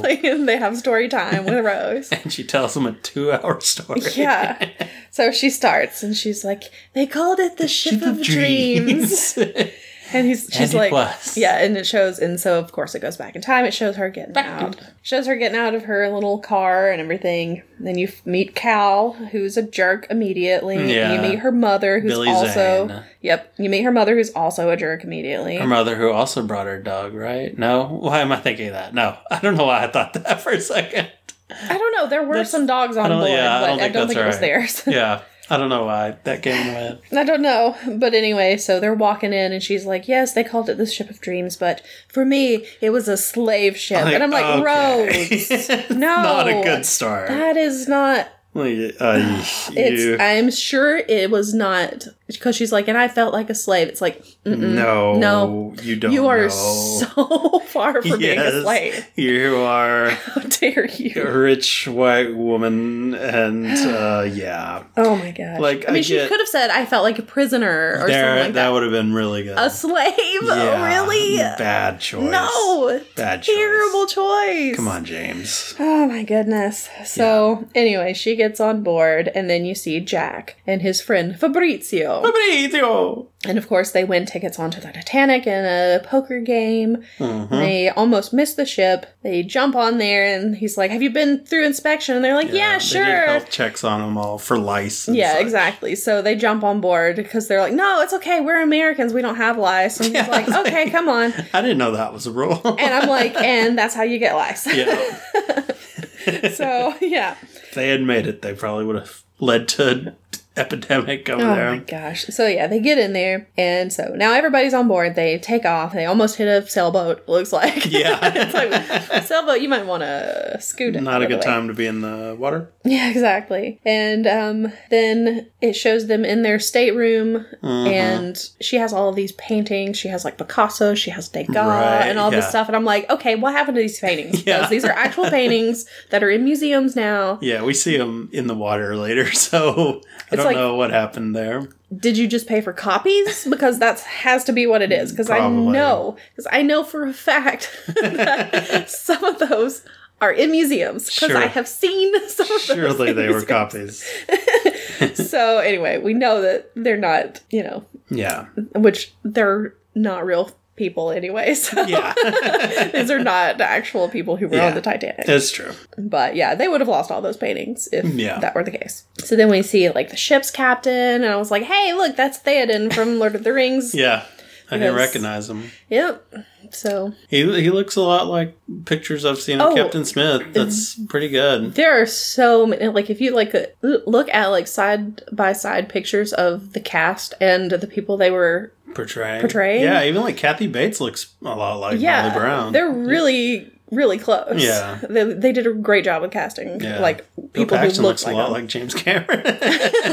basically and they have story time with Rose.
And she tells him a two-hour story.
yeah. So she starts and she's like, They called it the, ship, of dreams. And he's she's
it
like
was.
Yeah, and it shows and so of course it goes back in time. It shows her getting out. Shows her getting out of her little car and everything. Then you f- meet Cal, who's a jerk immediately.
Yeah.
You meet her mother who's
Billy
also
Zane.
Yep. You meet her mother who's also a jerk immediately.
Her mother, who also brought her dog, right? No, why am I thinking that? No, I don't know why I thought that for a second.
I don't know, there were
That's-
some dogs on
don't-
board,
yeah, I
but
don't
I
think
don't
that's
think it was
right.
theirs.
Yeah, I don't know why that came to my head.
I don't know. But anyway, so they're walking in and she's like, Yes, they called it the ship of dreams, but for me, it was a slave ship. and I'm like,
okay.
Rose,
It's
no.
not a good start.
that is not
Like, uh,
it's
you-
I'm sure it was not because she's like, and I felt like a slave. It's like mm-mm,
no,
no.
you don't.
you are
know.
so far from being a
Yes,
slave.
You are
How dare
a
you?
rich white woman, and uh, yeah,
Oh my gosh.
Like,
I mean,
I
she
get-
could have said, I felt like a prisoner or
there
something like
that,
that.
would have been really good.
a slave?
Yeah,
Oh, really?
bad choice.
No.
bad choice.
Terrible choice.
Come on, James.
Oh my goodness. So, anyway, she gets on board, and then you see Jack and his friend Fabrizio.
Fabrizio.
And of course, they win tickets onto the Titanic in a poker game.
Mhm.
They almost miss the ship. They jump on there, and he's like, "Have you been through inspection?" And they're like, "Yeah,
they did
sure."
health checks on them all for lice. and
Yeah,
such.
exactly. So they jump on board because they're like, "No, it's okay. We're Americans. We don't have lice." And he's
Yeah,
like,
it's like-
"Okay, come on."
I didn't know that was a rule.
And I'm like, "And that's how you get lice."
yeah,
so yeah.
if they had made it, they probably would have led to an epidemic over
Oh my
there.
gosh. So yeah, they get in there, and so now everybody's on board. They take off. They almost hit a sailboat. Looks like.
Yeah.
it's like sailboat. You might want to scoot. it out
Not a
of the
good
way.
time to be in the water.
Yeah, exactly. And um, then it shows them in their stateroom,
Mm-hmm.
and she has all these paintings. She has like Picasso, she has Degas,
Right,
and all this
yeah.
stuff. And I'm like, okay, what happened to these paintings? Because
Yeah.
these are actual paintings that are in museums now.
Yeah, we see them in the water later, so I
It's
don't
like-
know what happened there.
Did you just pay for copies? Because that has to be what it is. Because I
Probably.
know, because I know for a fact that some of those are in museums. Because
Sure.
I have seen some of those.
Surely
in
they were
museums.
copies.
So anyway, we know that they're not, you know,
Yeah,
which they're not real people anyway. So
yeah,
these are not the actual people who were
Yeah.
on the Titanic.
it's true.
But yeah, they would have lost all those paintings if
Yeah.
that were the case. So then we see like the ship's captain, and I was like, "Hey, look, that's Theoden from Lord of the Rings."
Yeah, I
Because-
didn't recognize him.
Yep. So
He he looks a lot like pictures I've seen of
Oh.
Captain Smith. That's pretty good.
there are so many. Like, if you like uh, look at like side by side pictures of the cast and the people they were
Portraying.
Portraying?
Yeah, even like Kathy Bates looks a lot like
yeah,
Molly Brown.
They're really, really close.
Yeah.
they, they did a great job with casting.
Yeah.
Like
Bill
people who
Paxton
looked
looks
like,
a lot
them.
like James Cameron.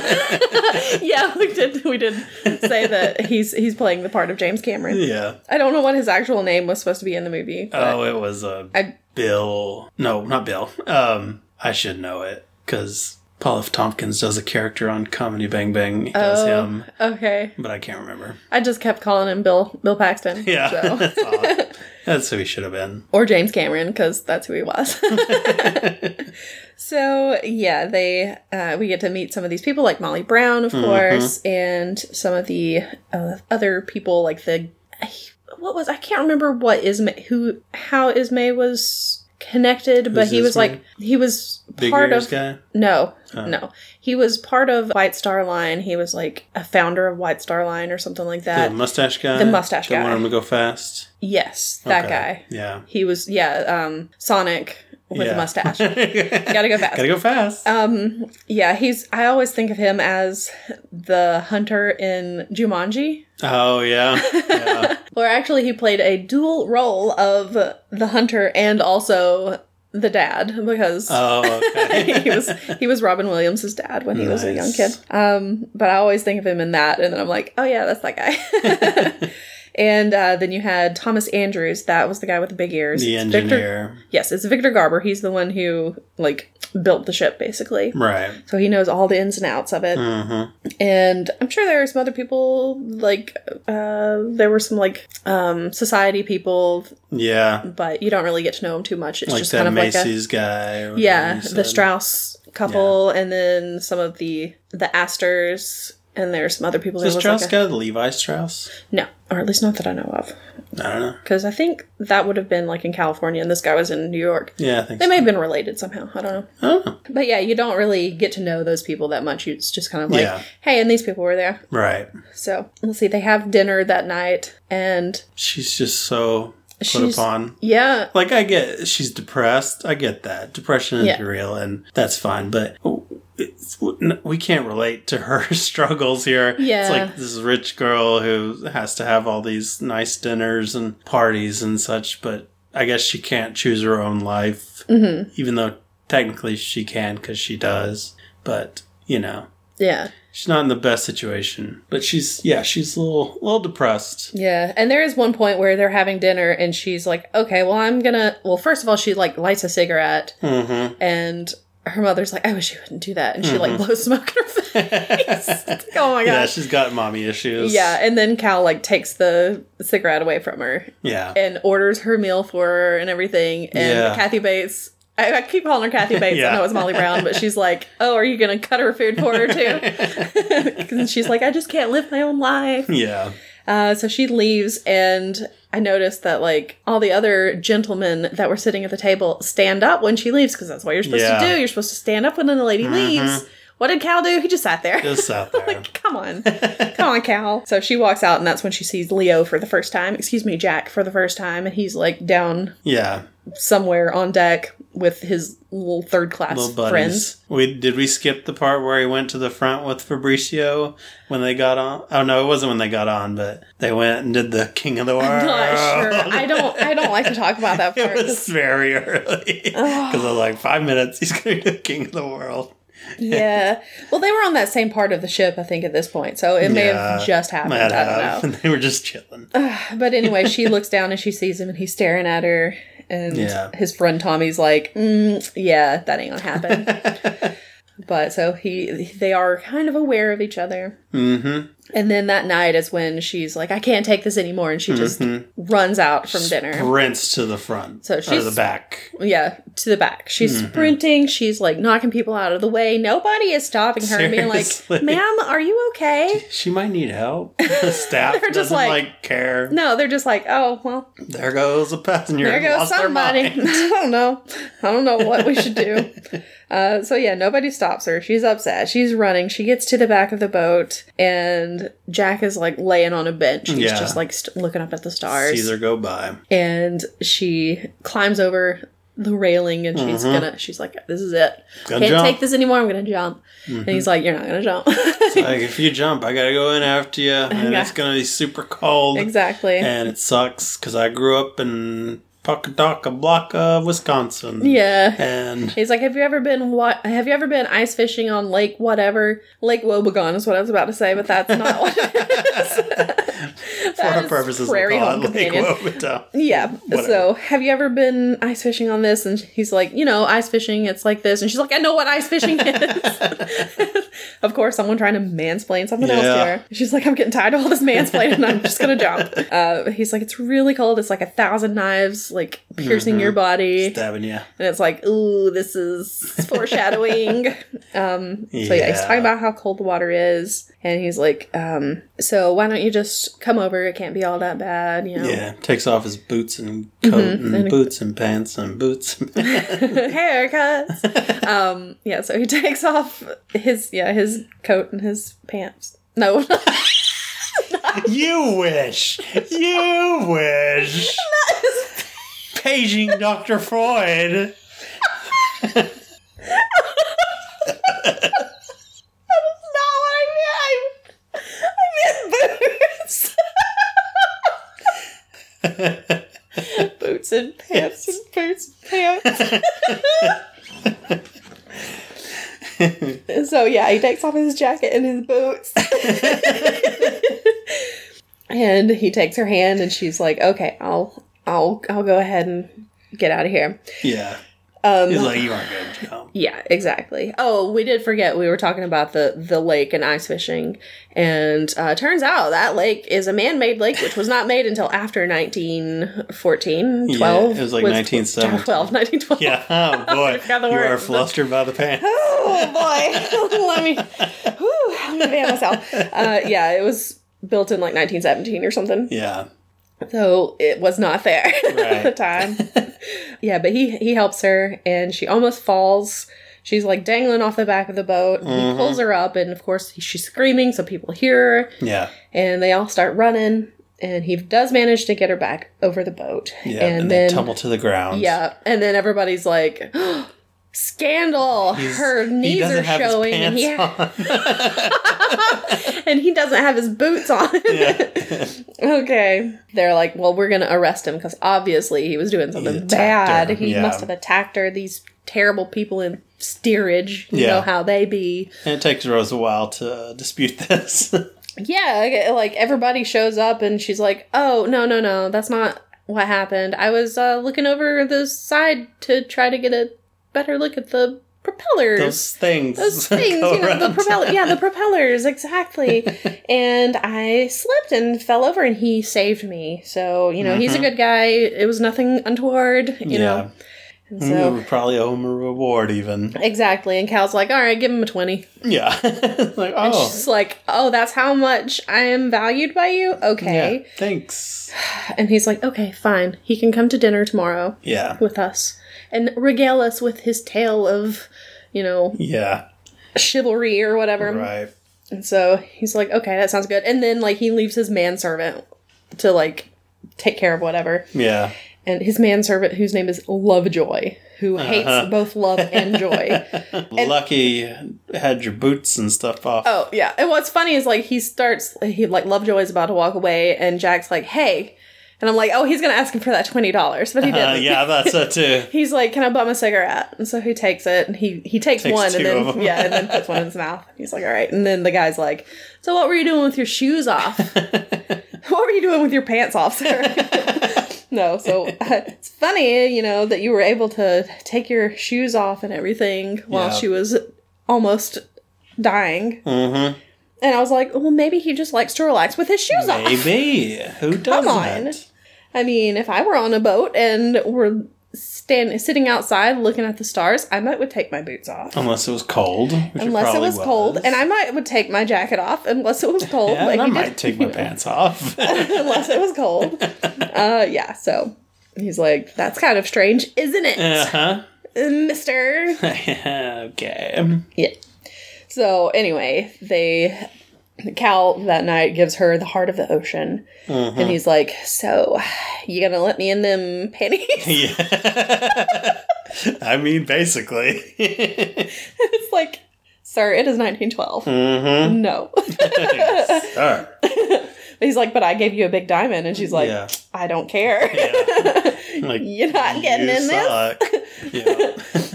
yeah, we did. We did say that he's he's playing the part of James Cameron.
yeah.
I don't know what his actual name was supposed to be in the movie. But
Oh, it was uh,
I-
Bill. No, not Bill. Um, I should know it because Paul F. Tompkins does a character on Comedy Bang Bang. He does
Oh.
him,
okay.
but I can't remember.
I just kept calling him Bill Bill Paxton.
Yeah,
so.
that's, odd. that's who he should have been.
or James Cameron because that's who he was. so yeah, they uh, we get to meet some of these people like Molly Brown,
Mm-hmm.
of course, and some of the uh, other people like the what was I can't remember what Ismay who how Ismay was connected, but
Who's
he
this
was like
man?
he was
Big
part
ears
of
guy.
no,
Oh.
no. He was part of White Star Line. He was like a founder of White Star Line or something like
The
that.
mustache guy.
the mustache
that
guy.
wanted him to go fast.
yes, that
Okay.
guy.
Yeah.
He was yeah, um Sonic with
Yeah.
a mustache.
Gotta
go fast.
Gotta go fast.
um yeah, he's I always think of him as the hunter in Jumanji.
oh yeah. yeah.
Or actually he played a dual role of the hunter and also the dad because
Oh okay.
he was he was Robin Williams' dad when he was a young kid.
Nice.
Um, but I always think of him in that, and then I'm like, oh yeah, that's that guy. and uh, then you had Thomas Andrews. That was the guy with the big ears.
the
It's Victor,
engineer.
yes, it's Victor Garber. He's the one who like built the ship basically.
Right.
So he knows all the ins and outs of it,
Mm-hmm.
and I'm sure there are some other people like uh, there were some like um, society people,
Yeah.
but you don't really get to know them too much. It's
like
just
that
kind of like a
Macy's guy. or
yeah
whatever you
the
said.
strauss couple and then some of the the astors and there's some other people
Is
There was
Strauss
like a-
guy the Levi Strauss?
no or at least not that i know of
I don't know.
because i think that would have been like in california and this guy was in new york
Yeah, I think
they
so.
may have been related somehow i don't know
Oh,
but yeah you don't really get to know those people that much it's just kind of like
Yeah.
hey and these people were there
right.
so let's see they have dinner that night and
She's just so put
She's-
upon.
yeah
Like I get, she's depressed. I get that depression is
Yeah.
real, and that's fine. But it's, we can't relate to her struggles here.
Yeah.
it's like this rich girl who has to have all these nice dinners and parties and such. But I guess she can't choose her own life,
hmm
even though technically she can because she does. But you know,
yeah
she's not in the best situation. But she's yeah, she's a little a little depressed.
Yeah, and there is one point where they're having dinner, and she's like, "Okay, well, I'm gonna." Well, first of all, she like lights a cigarette,
Mm-hmm.
and her mother's like, "I wish you wouldn't do that," and she like blows smoke in her face. Like, oh my
Yeah,
gosh.
she's got mommy issues.
Yeah, and then Cal like takes the cigarette away from her
Yeah.
and orders her meal for her and everything. And
Yeah.
Kathy Bates, I, I keep calling her Kathy Bates. I
Yeah.
know it's Molly Brown, but she's like, "Oh, are you gonna cut her food for her too?" and she's like, "I just can't live my own life."
yeah.
Uh, so she leaves, and I noticed that like all the other gentlemen that were sitting at the table stand up when she leaves because that's what you're supposed to
Yeah. Mm-hmm.
do. You're supposed to stand up when the lady leaves. What did Cal do? He just sat there.
Just out there.
like, come on, come on, Cal. So she walks out, and that's when she sees Leo for the first time. Excuse me, Jack for the first time, and he's like down
Yeah.
somewhere on deck with his little third class
Little buddies.
friends.
We did we skip the part where he went to the front with Fabricio when they got on? Oh no, it wasn't when they got on, but they went and did the King of the World.
I'm not sure. I don't. I don't like to talk about that part.
It
'cause-
was very early because of like five minutes. He's going to be the king of the world.
yeah. Well, they were on that same part of the ship, I think, at this point. So it may have
Yeah.
just happened.
Mad
I don't
have,
know.
and they were just chilling.
But anyway, she looks down and she sees him and he's staring at her. And
Yeah.
his friend Tommy's like, mm, yeah, that ain't gonna happen. but so he, they are kind of aware of each other.
Mm-hmm.
And then that night is when she's like, I can't take this anymore. And she just
Mm-hmm.
runs out from dinner.
Sprints to the front.
So
out
she's-
of the back.
Yeah, to the back. She's
Mm-hmm.
sprinting. She's like knocking people out of the way. Nobody is stopping her and being like,
Seriously.
ma'am, are you okay?
She might need help. The staff
They're
doesn't
just
like,
like-
care.
No, they're just like, oh well,
There goes a passenger.
there
who
goes
lost their
somebody. I
mind.
don't know. I don't know what we should do. Uh, so yeah, nobody stops her. She's upset. She's running. She gets to the back of the boat, and Jack is like laying on a bench. He's
Yeah.
just like st- looking up at the stars,
Sees her go by.
and she climbs over the railing, and she's
Mhm.
gonna. She's like, this is it.
Gonna
Can't
jump. Mm-hmm.
take this anymore. I'm gonna jump. And he's like, you're not gonna jump.
like if you jump, I gotta go in after you, and
Yeah.
it's gonna be super cold,
exactly.
and it sucks because I grew up in Pocataca block of Wisconsin.
yeah.
and
He's like, have you ever been what? Have you ever been ice fishing on Lake whatever? Lake Wobegon is what I was about to say, but that's not what.
for our purposes, we call it Lake Wobita.
Yeah. So,
Whatever.
have you ever been ice fishing on this? And he's like, you know, ice fishing, it's like this. And she's like, I know what ice fishing is. of course, someone trying to mansplain something else to
Yeah.
her. She's like, I'm getting tired of all this mansplaining. I'm just gonna jump. Uh, he's like, it's really cold. It's like a thousand knives, like piercing
Mm-hmm.
your body.
Stabbing you.
And it's like, ooh, this is foreshadowing. um, So yeah, he's
Yeah.
talking about how cold the water is, and he's like, um, so why don't you just come over it can't be all that bad, you know.
Yeah, takes off his boots and coat and,
Mm-hmm. And-
boots and pants and boots. And
Haircuts. um, yeah, so he takes off his yeah, his coat and his pants. No.
you wish. You wish. Paging Dr. Freud.
not what I meant. I, meant boots. boots and pants and boots and pants. so yeah, he takes off his jacket and his boots. and he takes her hand and she's like, "Okay, I'll I'll I'll go ahead and get out of here."
Yeah.
Um
He's like, you aren't going to jump.
yeah, exactly. Oh, we did forget we were talking about the the lake and ice fishing, and uh, turns out that lake is a man made lake which was not made until after 1914,
Yeah,
12.
it was like 1917.
12, 1912.
Yeah, oh boy.
forgot the
you are
word.
flustered by the pants.
Oh boy, let me. Whew, I'm gonna be on myself. Uh, yeah, it was built in like 1917 or something.
Yeah.
So it was not there at the
Right.
time. yeah, but he he helps her and she almost falls. She's like dangling off the back of the boat.
Mm-hmm.
He pulls her up and of course she's screaming so people hear her
Yeah.
and they all start running and he does manage to get her back over the boat.
Yeah.
and,
And,
then
they tumble to the ground.
yeah, and then everybody's like Scandal!
He's-
Her
he
knees
doesn't
are
have
showing, and
His
he,
pants
and he doesn't have his boots on.
on. yeah.
Okay. They're like, well, we're going to arrest him because obviously he was doing something
He attacked
bad.
her,
He
yeah.
must have attacked her. These terrible people in steerage, you
Yeah.
know how they be.
And it takes Rose a while to uh, dispute this.
Yeah, okay, like everybody shows up and she's like, oh, no, no, no, that's not what happened. I was uh, looking over the side to try to get a better look at the propellers.
Those things.
those things,
go
you know, the
around.
propeller, yeah, the propellers, exactly. and I slipped and fell over, and he saved me. So you know, he's a
Mhm.
good guy. It was nothing untoward, you know.
Yeah.
And
We
so
would probably owe him a reward, even.
exactly, and Cal's like, "All right, give him a 20.
Yeah. like,
And
oh.
she's like, "Oh, that's how much I am valued by you."
Yeah.
Okay.
Thanks.
And he's like, "Okay, fine. He can come to dinner tomorrow
Yeah.
with us and regale us with his tale of, you know,
Yeah.
chivalry or whatever."
Right.
And so he's like, okay, that sounds good. And then like he leaves his manservant to like take care of whatever.
Yeah.
And his manservant, whose name is Lovejoy, who hates both love and joy.
Lucky you had your boots and stuff off.
oh yeah. And what's funny is like he starts he like Lovejoy's about to walk away and Jack's like, hey. And I'm like, oh, he's gonna ask him for that twenty dollars, but he didn't.
Uh, yeah, I thought so too.
He's like, "Can I bum a cigarette?" And so he takes it, and he he takes,
Takes
one,
two
and
of
then
'em.
yeah, and then puts one in his mouth. He's like, "All right." And then the guy's like, "So what were you doing with your shoes off? what were you doing with your pants off, sir?" no, so uh, it's funny, you know, that you were able to take your shoes off and everything while
Yeah.
she was almost dying.
Mm-hmm.
And I was like, "Well, maybe he just likes to relax with his shoes off."
Maybe. Who doesn't?
on. I mean, if I were on a boat and were stand sitting outside looking at the stars, I might would take my boots off.
Unless Oh, it was cold. which
Unless it
probably
was, cold, and I might would take my jacket off unless it was cold.
Yeah,
like
and I
you
might
did-
take my pants off.
unless it was cold. Uh, yeah. So he's like, "That's kind of strange, isn't it,
uh-huh.
uh, Mister?"
okay.
Yeah. So anyway, they Cal that night gives her the heart of the ocean, and he's like, "So you gonna let me in them panties?"
Yeah. I mean, basically.
It's like, sir, it is 1912.
mm-hmm.
No. But He's like, but I gave you a big diamond. And she's like,
yeah.
I don't care.
Yeah. Like,
You're not getting
you
in this.
suck. Yeah.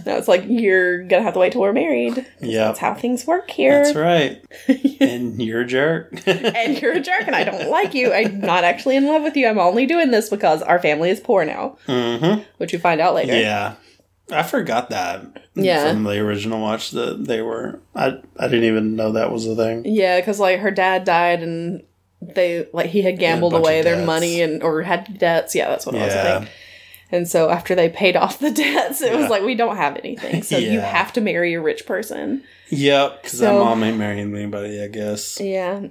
No, it's like, you're going to have to wait till we're married.
Yeah.
That's how things work here.
That's right. and you're a jerk.
And you're a jerk and I don't like you. I'm not actually in love with you. I'm only doing this because our family is poor now,
mm-hmm.
which we find out later.
Yeah. I forgot that.
Yeah.
From the original watch that they were I I didn't even know that was a thing.
Yeah, because like her dad died and they like he had gambled
bunch of
away their
debts.
money and or had debts. Yeah, that's what it was. I
Yeah.
think. And so after they paid off the debts, it
Yeah.
was like we don't have anything. So you
Yeah.
have to marry a rich person.
Yep, because
So-
my mom ain't marrying anybody, I guess.
Yeah.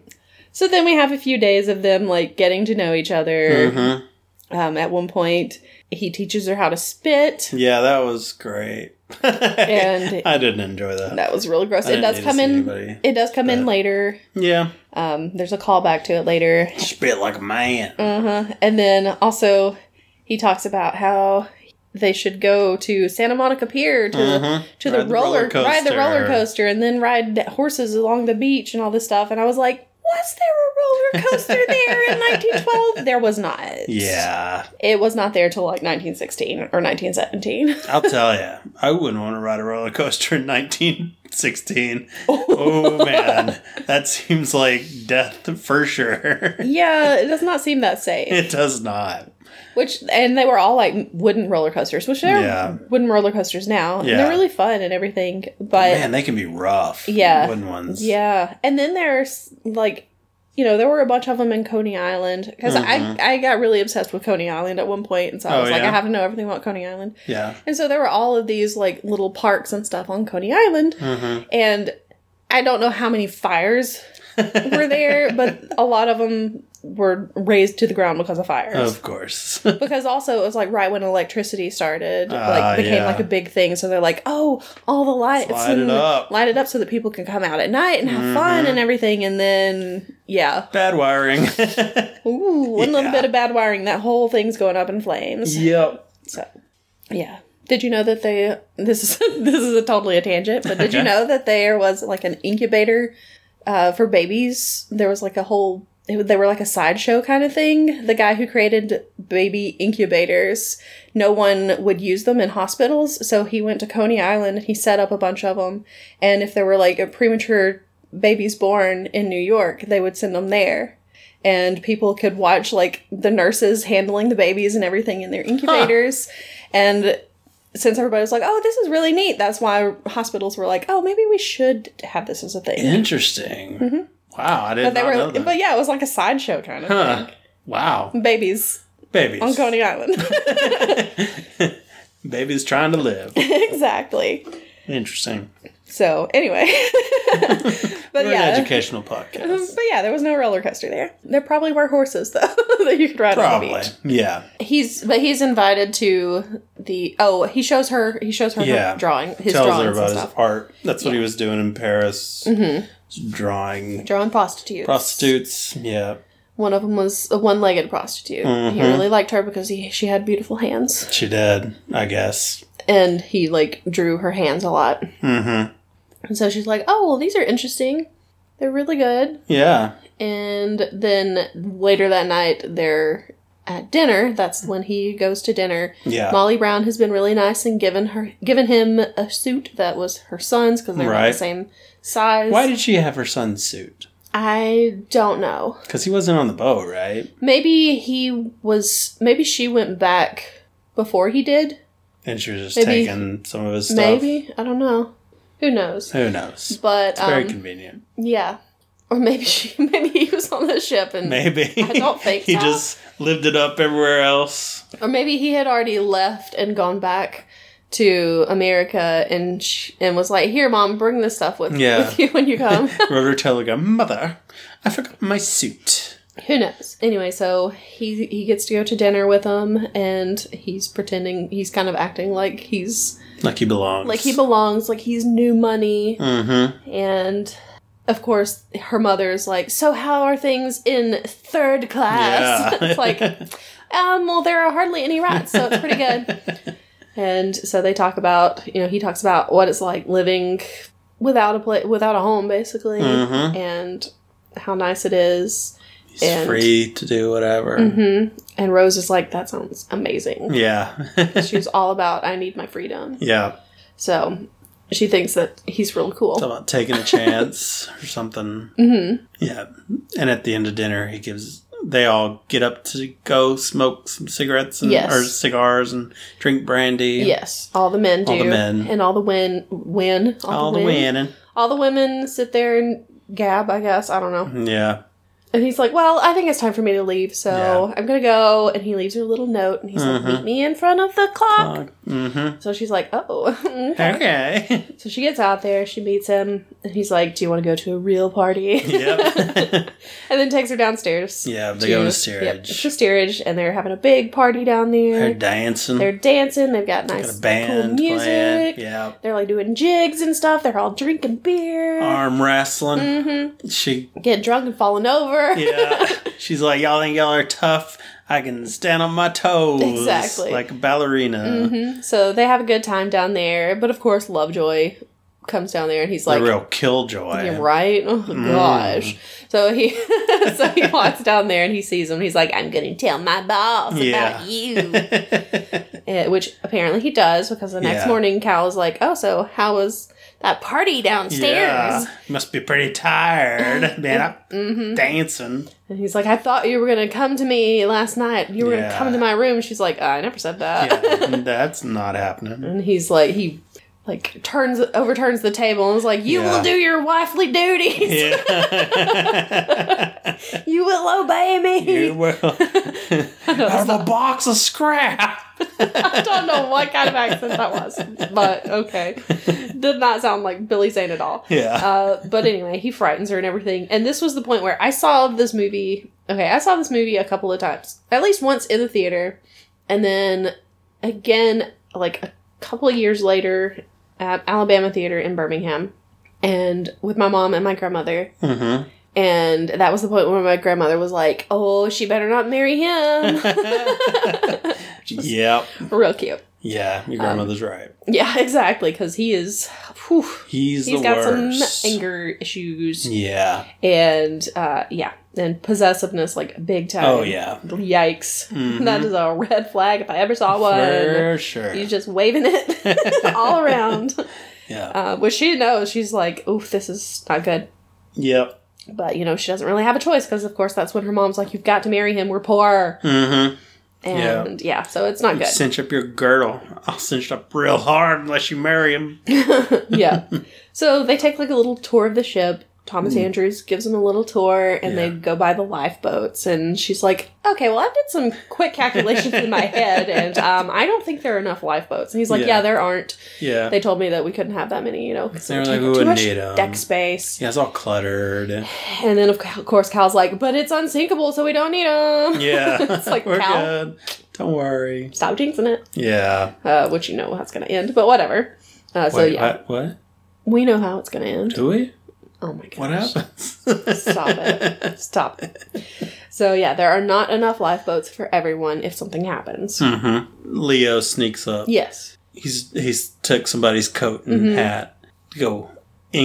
So then we have a few days of them like getting to know each other.
Mhm.
Um, at one point, he teaches her how to spit.
Yeah, that was great.
And-
I didn't enjoy that.
That was real gross.
I
It
didn't
does
need to
come
see
in.
anybody.
It does come in later.
Yeah,
Um, there's a callback to it later.
spit like a man.
Uh huh. And then also, he talks about how they should go to Santa Monica Pier to
Mhm.
to the,
Ride the
roller,
roller
ride the roller
coaster.
coaster and then ride horses along the beach and all this stuff. And I was like, was there a roller coaster there in 1912? There was not.
Yeah,
It was not there till like 1916 or 1917.
I'll tell you, I wouldn't want to ride a roller coaster in 1916. Oh man, that seems like death for sure.
yeah, it does not seem that safe.
It does not.
Which and they were all like wooden roller coasters, which they're
Yeah.
wooden roller coasters now. And
Yeah.
they're really fun and everything, but
Man, they can be rough.
Yeah.
wooden ones.
Yeah, and then there's like, you know, there were a bunch of them in Coney Island because
Mhm.
I I got really obsessed with Coney Island at one point, and so I
Oh,
was like,
yeah?
I have to know everything about Coney Island.
yeah.
And so there were all of these like little parks and stuff on Coney Island,
hmm
and I don't know how many fires were there, but a lot of them were raised to the ground because of fires.
Of course.
Because also it was like right when electricity started,
Ah,
like became
yeah.
like a big thing. So they're like, oh, all the lights,
Light it
and
up.
light it up so that people can come out at night and have fun
Mhm.
and everything. And then yeah,
Bad wiring.
ooh, one little
Yeah.
bit of bad wiring, that whole thing's going up in flames.
yep.
So yeah. Did you know that they this is this is a totally a tangent, but did you
Okay.
know that there was like an incubator uh, for babies? There was like a whole it- they were like a sideshow kind of thing. The guy who created baby incubators, no one would use them in hospitals, so he went to Coney Island and he set up a bunch of them. And if there were like a premature babies born in New York, they would send them there. And people could watch like the nurses handling the babies and everything in their incubators. And since everybody was like, "Oh, this is really neat," that's why hospitals were like, "Oh, maybe we should have this as a thing."
Interesting. Wow, I did
Mm-hmm. but they
not know
were,
that.
but yeah, it was like a sideshow kind of
huh. Wow.
thing. Babies
Babies.
on Coney Island,
Babies trying to live.
exactly.
Interesting.
So anyway, but
We're
yeah, Mm-hmm.
an educational podcast.
but yeah, there was no roller coaster there. There probably were horses though that you could ride on the
Probably.
beach.
Yeah.
He's but he's invited to the oh he shows her he shows her, her
Yeah.
drawing his
Tells her
drawings and
about his
stuff Mm-hmm.
art. That's what he was doing in Paris. Drawing
drawing prostitutes
prostitutes. Yeah.
one of them was a one-legged prostitute he
Mhm.
really liked her because he she had beautiful hands
She did, I guess.
and he like drew her hands a lot
Mm-hmm.
and so she's like oh well these are interesting they're really good
Yeah.
And then later that night, they're at dinner. That's when he goes to dinner.
Yeah.
Molly Brown has been really nice and given her given him a suit that was her son's because they're about
Right.
the same size.
Why did she have her son's suit?
I don't know.
Because he wasn't on the boat, right?
Maybe he was. Maybe she went back before he did.
And she was just
Maybe-
taking some of his stuff.
Maybe I don't know. Who knows?
Who knows?
But
Very
um,
convenient.
yeah, or maybe she maybe he was on the ship and
Maybe.
I don't think
he
so.
just lived it up everywhere else.
Or maybe he had already left and gone back to America and sh- and was like, "Here, mom, bring this stuff with,
Yeah.
with you when you come."
Wrote her telegram, Mother, I forgot my suit.
Who knows? Anyway, so he he gets to go to dinner with him, and he's pretending he's kind of acting like he's
Like he belongs.
like he belongs, like he's new money,
Mm-hmm.
and of course her mother's like, "So how are things in third class?"
Yeah.
it's like, um, well, there are hardly any rats, so it's pretty good. And so they talk about, you know, he talks about what it's like living without a pla- without a home, basically,
Mhm.
and how nice it is.
He's
And-
free to do whatever.
hmm And Rose is like, that sounds amazing.
Yeah.
She's all about, I need my freedom.
yeah.
So she thinks that he's real
It's
cool.
about taking a chance or something.
hmm
Yeah. And at the end of dinner, he gives. They all get up to go smoke some cigarettes and,
Yes.
or cigars and drink brandy.
Yes, all the men do,
All the men.
and all the win win all,
All the
the win.
winning.
All the women sit there and gab. I guess I don't know.
Yeah.
And he's like, "Well, I think it's time for me to leave, so
Yeah.
I'm gonna go." And he leaves her a little note, and he's
Mhm.
like, "Meet me in front of the clock."
Mm-hmm.
So she's like, "Oh, okay."
Okay.
So she gets out there, she meets him, and he's like, "Do you want to go to a real party?"
yep.
and then takes her downstairs.
yeah, they go to
Yep, it's
steerage.
the steerage, and they're having a big party down there.
They're dancing.
They're dancing. They've got
got
nice
a band
cool music.
playing. Yeah.
They're like doing jigs and stuff. They're all drinking beer.
Arm wrestling.
Mm-hmm.
She
Getting drunk and falling over.
yeah. She's like, Y'all think y'all are tough? I can stand on my toes.
Exactly.
Like a ballerina.
hmm So they have a good time down there. But of course, Lovejoy comes down there and he's
The
like,
real Mm. killjoy.
"Yeah, right? Oh, gosh. So he so he walks down there and he sees him. He's like, I'm going to tell my boss
Yeah.
about you. Eh, which apparently he does because the next
Yeah.
morning Cal is like, "Oh, so how was that party downstairs?"
Yeah. Must be pretty tired. Man, I'm
hmm
dancing.
And he's like, "I thought you were gonna come to me last night. You were gonna
Yeah.
come to my room." She's like, "I never said that."
Yeah, that's not happening.
and he's like, he like turns overturns the table and is like, "You will
Yeah.
do your wifely duties.
Yeah.
you will obey me."
you will. Out of a box of scrap.
I don't know what kind of accent that was, but okay, did not sound like Billy Zane at all.
Yeah.
Uh, but anyway, he frightens her and everything. And this was the point where I saw this movie. Okay, I saw this movie a couple of times, at least once in the theater, and then again, like a couple of years later, at Alabama Theater in Birmingham, and with my mom and my grandmother.
mm-hmm.
And that was the point where my grandmother was like, "Oh, she better not marry him."
Yep.
Real cute.
Yeah, your grandmother's
Um,
right.
Yeah, exactly. Because he is, whew,
He's,
he's
the
got
worst.
some anger issues.
Yeah.
and uh yeah and possessiveness like big time
Oh yeah.
yikes
Mhm.
That is a red flag if i ever saw one
For sure.
he's just waving it all around
yeah.
uh, which she knows she's like oof this is not good
Yep.
but you know she doesn't really have a choice because of course that's when her mom's like you've got to marry him we're poor
Mm-hmm.
and yeah, so it's not good
Cinch up your girdle. I'll cinch it up real hard unless you marry him.
yeah so they take like a little tour of the ship Thomas Andrews gives them a little tour and they
Hmm. Yeah.
go by the lifeboats and she's like, Okay, well I did some quick calculations in my head and um, I don't think there are enough lifeboats. And he's like, Yeah,
Yeah.
there aren't.
Yeah.
They told me that we couldn't have that many, you know, because
They were like, "We
too
wouldn't
much
need 'em."
deck space.
yeah, it's all cluttered. and-
And then of, cou- of course Cal's like, But it's unsinkable, so we don't need them.
Yeah.
it's like
we're
Cal,
good. Don't worry.
stop jinxing it.
Yeah.
Uh, which you know how it's gonna end, but whatever. Uh, so
Wait,
yeah,
what, what?
we know how it's gonna end.
Do we?
Oh my gosh.
What happens?
Stop it. Stop it. So, yeah, there are not enough lifeboats for everyone if something happens.
hmm Leo sneaks up.
Yes.
He's he's took somebody's coat and
Mm-hmm.
hat to go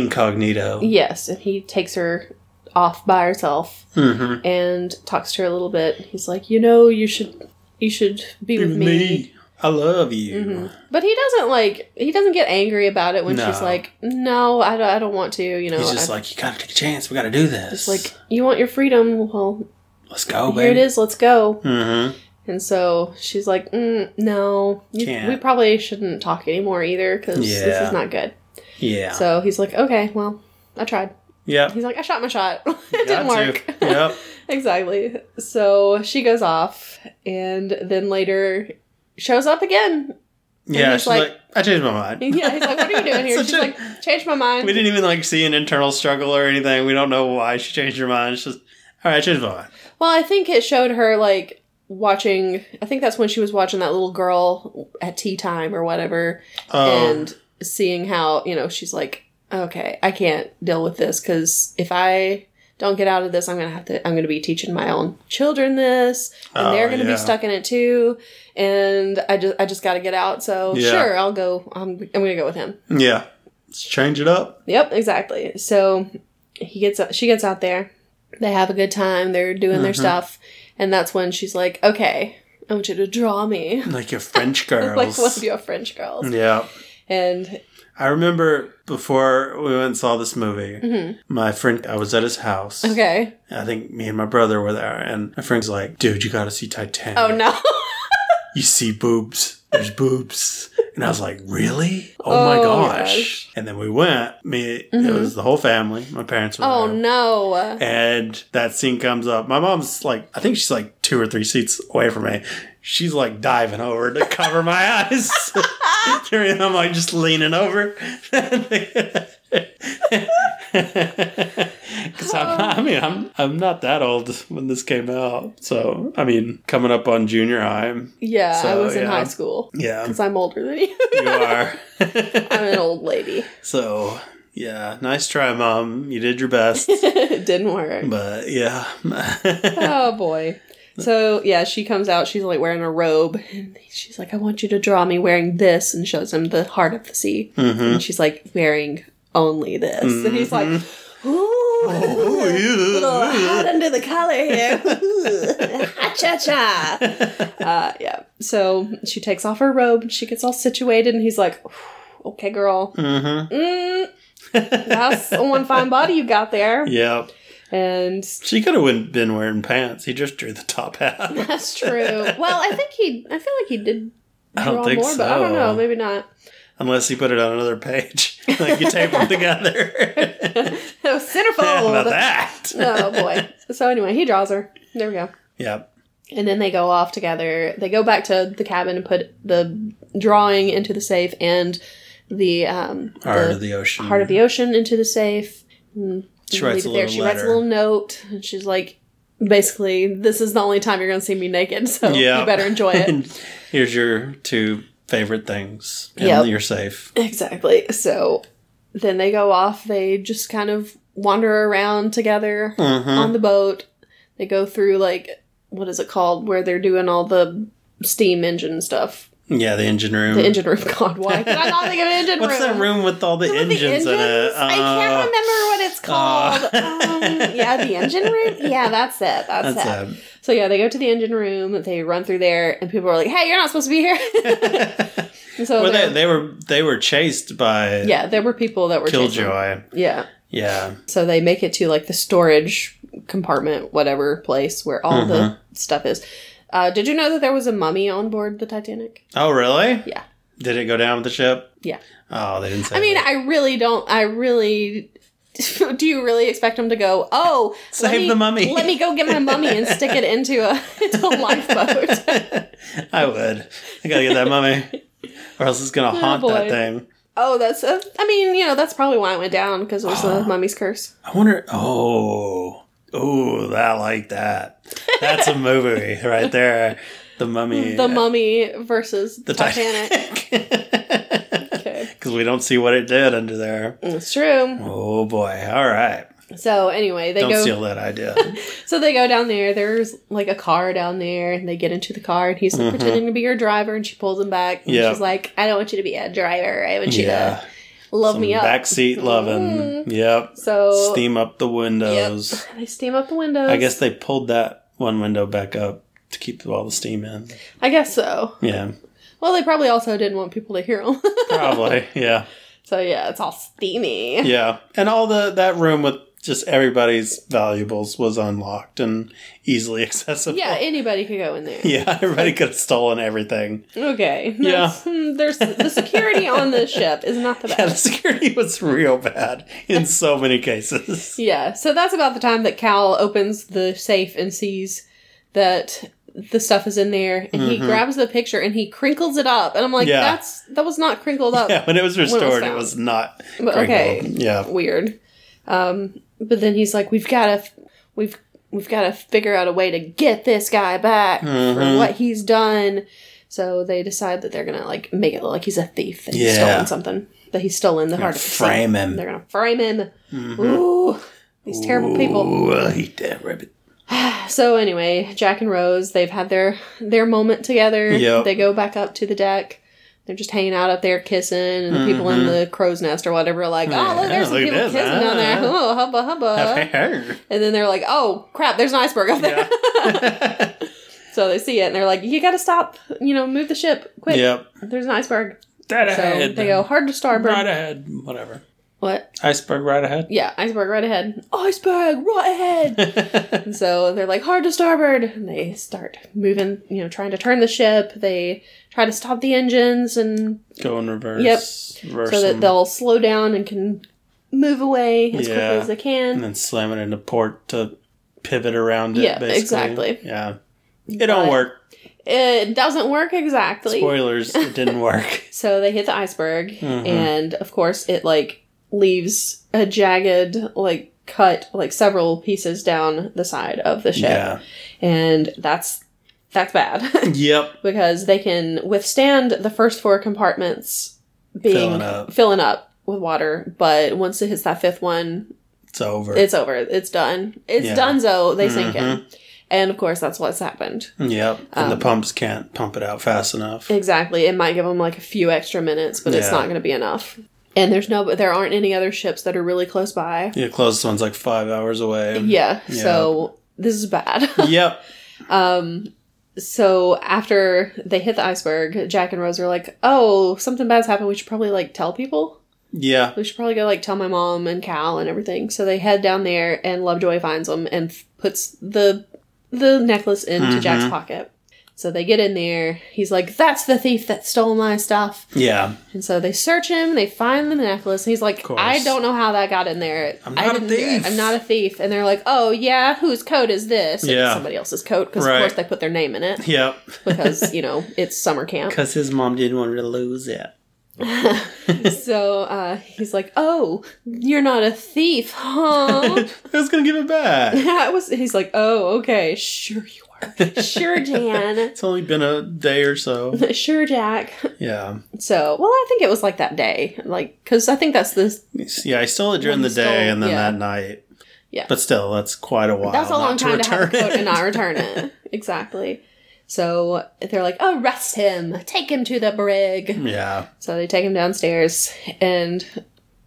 incognito.
Yes. And he takes her off by herself
Mm-hmm.
and talks to her a little bit. He's like, "You know, you should you should be with me." Mm-hmm.
I love you.
But he doesn't like he doesn't get angry about it when
No.
she's like, "No, I don't, I don't want to." You know,
He's just
I-
like, you gotta take a chance. We gotta do this.
it's like you want your freedom. Well,
let's go,
here it
baby.
is. Let's go.
Mm-hmm.
And so she's like, mm, "No, you,
Can't.
we probably shouldn't talk anymore either because this
Yeah.
is not good."
Yeah.
So he's like, okay, well, I tried.
yep.
He's like, I shot my shot. it didn't
Got to.
work.
yep.
exactly. So she goes off and then later shows up again.
Yeah.
he's
She's
like-
like, I changed my mind.
Yeah, he's like, what are you doing here?
Such
She's
a-
like, changed my mind.
We didn't even like see an internal struggle or anything. We don't know why she changed her mind. She's just, all right, I changed my mind.
Well, I think it showed her like watching, I think that's when she was watching that little girl at tea time or whatever
Oh,
and seeing how, you know, she's like, okay, I can't deal with this because if I don't get out of this, I'm gonna have to. I'm gonna be teaching my own children this, and
Oh,
they're gonna
yeah.
be stuck in it too. And I just, I just gotta get out. So
Yeah.
sure, I'll go. I'm, I'm gonna go with him.
yeah. Let's change it up.
Yep, exactly. So he gets, out- she gets out there. They have a good time. They're doing their
Mhm.
stuff, and that's when she's like, "Okay, I want you to draw me
Like your French girls. Mm.
like one of your French girls."
yeah.
And
I remember before we went and saw this movie,
mhm.
my friend, I was at his house.
okay,
I think me and my brother were there, and my friend's like, dude, you gotta see Titanic.
oh no,
you see boobs. There's boobs. And I was like, really? Oh, my
Oh,
gosh.
gosh.
And then we went. Me, it was the whole family. My parents were
Oh
there.
no.
And that scene comes up. My mom's like, I think she's like two or three seats away from me. She's like diving over to cover my eyes. and I'm like just leaning over. Because I'm, I mean, I'm I'm not that old when this came out. So I mean, coming up on junior high,
Yeah, I
So,
was in
yeah.
high school
yeah,
because I'm older than you.
you are.
I'm an old lady.
so yeah, nice try, mom. You did your best,
it didn't work.
but yeah,
oh boy. So yeah, she comes out. She's like wearing a robe, and she's like, "I want you to draw me wearing this," and shows him the heart of the sea.
Mhm.
And she's like wearing only this, and he's like, "Ooh,
Mm-hmm. Oh, yeah.
little hot under the collar here, ha cha cha." Uh, yeah. So she takes off her robe, and she gets all situated, and he's like, "Okay, girl,
mm-hmm.
mm, that's one fine body you got there."
Yeah,
And
she could have been wearing pants. He just drew the top half.
That's true. Well, I think he. I feel like he did.
I don't
draw
think
But I don't
so.
know. Maybe not.
Unless he put it on another page, like you tape them together. How
Oh,
about
centerfold.
that?
oh boy. So anyway, he draws her. There we go.
Yep.
And then they go off together. They go back to the cabin and put the drawing into the safe and the um
Heart
the
of the ocean.
heart of the ocean into the safe.
She
Leave
writes a
it
little
She
letter.
writes a little note, and she's like, basically, this is the only time you're going to see me naked, so
Yeah.
you better enjoy it.
and here's your two favorite things. And
Yep.
you're safe.
Exactly. So then they go off. They just kind of wander around together
Mm-hmm.
on the boat. They go through, like, what is it called? Where they're doing all the steam engine stuff.
Yeah, the engine room.
The engine room. God, why could I not think of engine
Hmm. What's
room?
that room with all the
With
engines, in it?
I can't
Uh,
remember what it's called. um, yeah, the engine room? Yeah, that's it. That's, it.
That's it.
So yeah, they go to the engine room. They run through there, and people are like, "Hey, you're not supposed to be here." And so
Well,
there-
they, they were they were chased by
yeah, there were people that were chasing them.
Killjoy.
Yeah.
Yeah.
So they make it to like the storage compartment, whatever place where all the
Mm-hmm.
stuff is. Uh, did you know that there was a mummy on board the Titanic?
Oh, really?
Yeah.
Did it go down with the ship?
Yeah.
Oh, they didn't say.
I mean,
that.
I really don't. I really. Do you really expect them to go? Oh, let
Save
me-
the mummy."
Let me go get my mummy and stick it into a into a lifeboat.
I would. I gotta get that mummy, or else it's gonna haunt that
boy.
thing.
oh, that's. A, I mean, you know, that's probably why it went down because it was
Ah,
the mummy's curse.
I wonder. Oh, oh, I like that. That's a movie right there. The mummy.
The mummy versus
The
the Titanic.
Titanic.
okay, Mm,
Because we don't see what it did under there.
it's true.
Oh boy! All right.
So anyway, they
don't
go.
steal that idea.
So they go down there. There's like a car down there, and they get into the car, and he's like, pretending to be your driver, and she pulls him back. And
Mm-hmm. Yeah.
she's like, "I don't want you to be a driver. I want you
yeah.
to love
Some
me up." Mm-hmm.
backseat loving. Yep.
so
Steam up the windows.
they steam up the windows.
I guess they pulled that one window back up to keep all the steam in.
I guess so.
Yeah,
Well, they probably also didn't want people to hear them.
probably. yeah,
so yeah, it's all steamy.
yeah. And all the that room with just everybody's valuables was unlocked and easily accessible.
Yeah, anybody could go in there.
yeah. Everybody could have stolen everything.
Okay.
Yeah.
That's- hmm, There's the security on this ship is not the
Yeah, the
best.
security was real bad in so many cases.
Yeah, so that's about the time that Cal opens the safe and sees that the stuff is in there, and he
Mhm.
grabs the picture and he crinkles it up, and I'm like,
Yeah.
that's that was not crinkled up.
Yeah, when it was restored, it
found.
was not.
But okay.
crinkled. Yeah.
Weird. Um, but then he's like, we've got to, we've we've got to figure out a way to get this guy back
Mhm.
for what he's done. So they decide that they're gonna like make it look like he's a thief that he's
Yeah.
stolen something that he's stolen the heart of the sea.
frame him.
They're gonna frame him.
Mhm.
Ooh, these terrible people.
Ooh, I hate that rabbit.
So anyway, Jack and Rose, they've had their their moment together.
Yep.
They go back up to the deck. They're just hanging out up there, kissing, and the people in the crow's nest or whatever are like, "Oh, look,
Mm-hmm. Yeah,
there's some
look at
people
this.
kissing down there.
Ah.
Oh, hubba hubba." and then they're like, "Oh, crap, there's an iceberg up there."
Yeah.
So they see it and they're like, "You got to stop. You know, move the ship quick.
yep.
There's an iceberg."
Dead
So they go hard to starboard.
Right ahead. Whatever.
What?
Iceberg right ahead.
Yeah, iceberg right ahead. Iceberg right ahead. and so they're like hard to starboard, and they start moving. You know, trying to turn the ship. They try to stop the engines, and
Go in reverse.
Yep.
Reverse
so that
them,
they'll slow down and can move away as
Yeah.
quickly as they
and
can.
then slam it into port to pivot around it.
Yeah,
basically.
exactly.
Yeah. It don't
But-
work.
It doesn't work exactly.
Spoilers. It didn't work.
So they hit the iceberg,
Mhm.
and of course, it like leaves a jagged, like cut, like several pieces down the side of the ship,
Yeah.
and that's that's bad
Yep.
because they can withstand the first four compartments being
Filling up.
filling up with water, but once it hits that fifth one,
It's over.
it's over. It's done. It's
Yeah.
done. So They sink in,
Mhm.
and of course, that's what's happened.
yep. And the
Um,
pumps can't pump it out fast enough.
Exactly. It might give them like a few extra minutes, but it's
Yeah.
not going to be enough. And there's no, there aren't any other ships that are really close by.
yeah, closest one's like five hours away.
Yeah.
Yeah.
So this is bad.
yep.
um, so after they hit the iceberg, Jack and Rose are like, "Oh, something bad's happened. We should probably like tell people.
Yeah.
We should probably go like tell my mom and Cal and everything." So they head down there, and Lovejoy finds them and f- puts the the necklace into
Mhm.
Jack's pocket. So they get in there. He's like, "That's the thief that stole my stuff."
Yeah.
And so they search him, they find the necklace, and he's like,
course.
I don't know how that got in there.
I'm
I
not a
didn't do it.
thief."
I'm not a thief. And they're like, oh, yeah, whose coat is this? And it's
Yeah.
somebody else's coat, because
Right.
of course they put their name in it,
Yep.
because, you know, it's summer camp.
Because his mom didn't want her to lose it.
so uh, he's like, oh, you're not a thief, huh?
Who's gonna give it back?
that was, he's like, oh, okay, sure you are. Sure, Jan.
It's only been a day or so.
sure, Jack.
Yeah.
So, well, I think it was like that day. Like, because I think that's the
Yeah, I stole it during
One
the day
stole,
and then
yeah.
that night.
Yeah.
But still, that's quite a while.
That's a
not
long time to, have a
return
coat
it.
and not return it. exactly. So they're like, arrest him, take him to the brig.
Yeah.
So they take him downstairs and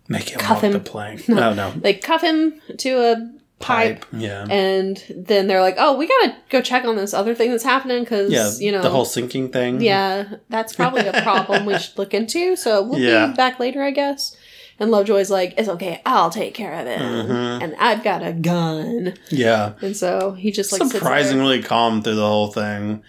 Make him
Cuff
walk
him.
the plank. No, Oh, no.
they cuff him to a pipe.
Yeah.
And then they're like, oh, we gotta go check on this other thing that's happening because,
yeah.
you know,
the whole sinking thing.
yeah, that's probably a problem we should look into. So we'll
Mm-hmm. Yeah.
be back later, I guess. And Lovejoy's like, it's okay, I'll take care of it.
Mhm.
And I've got a gun.
Yeah.
And so he just like sits there.
Surprisingly calm through the whole thing.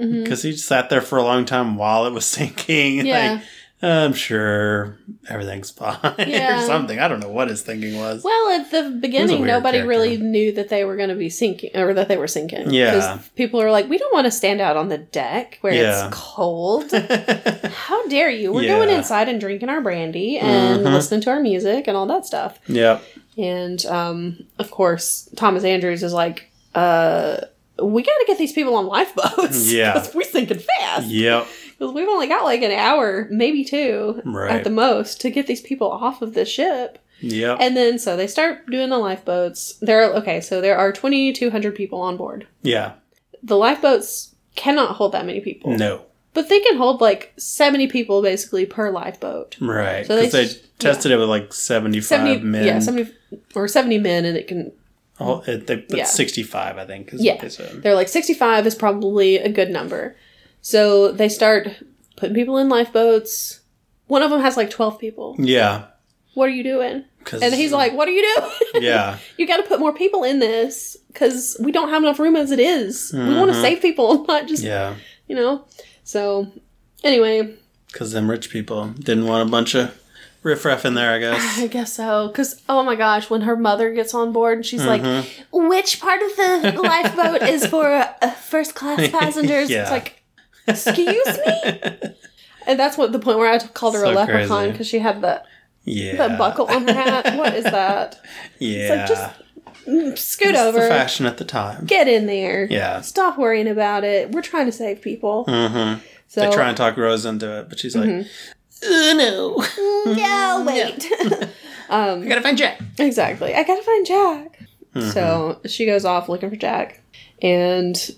Mhm.
Because he sat there for a long time while it was sinking.
Yeah.
Like, I'm sure everything's fine
Yeah.
or something. I don't know what his thinking was.
Well, at the beginning,
weird
nobody
character.
really knew that they were going to be sinking or that they were sinking.
Yeah.
'Cause people are like, we don't want to stand out on the deck where
Yeah.
it's cold. How dare you? We're going
Yeah.
inside and drinking our brandy and
Mhm.
listening to our music and all that stuff.
yep.
And um, of course, Thomas Andrews is like, uh, we got to get these people on lifeboats.
Yeah.
'cause we're sinking fast.
Yep.
Because we've only got like an hour, maybe two at
Right.
the most, to get these people off of the ship.
Yep.
And then so they start doing the lifeboats. There are okay, so there are 2200 people on board.
yeah.
The lifeboats cannot hold that many people.
No.
But they can hold like 70 people basically per lifeboat.
Right.
So they
Because they,
s-
tested it with like 75
70
men.
yeah, 70 or 70 men and it can
Oh, it, they put
Yeah.
65, I think. Is
Yeah.
What they said.
they're like 65 is probably a good number. So they start putting people in lifeboats. One of them has like 12 people.
Yeah.
What are you doing?
'cause-
And he's like, "What are you doing?"
yeah.
you got to put more people in this because we don't have enough room as it is. We want to
Mhm.
save people, not just
Yeah.
you know. So anyway,
Because them rich people didn't want a bunch of riffraff in there, I guess.
I guess so. Because oh my gosh, when her mother gets on board, and she's
Mhm.
like, "Which part of the lifeboat is for uh, first class passengers?"
Yeah.
It's like, excuse me. And that's what the point where I called her a
So
leprechaun
crazy.
because she had the
yeah.
the buckle on her hat. what is that?
Yeah.
It's like, just Mm, Scoot
It's the
over.
fashion at the time.
Get in there.
Yeah.
Stop worrying about it. We're trying to save people.
Mm-hmm.
So
they try and talk Rose into it, but she's like,
Uh, no. No, wait. um,
gotta find Jack.
exactly. I gotta find Jack.
Mm-hmm.
So she goes off looking for Jack, and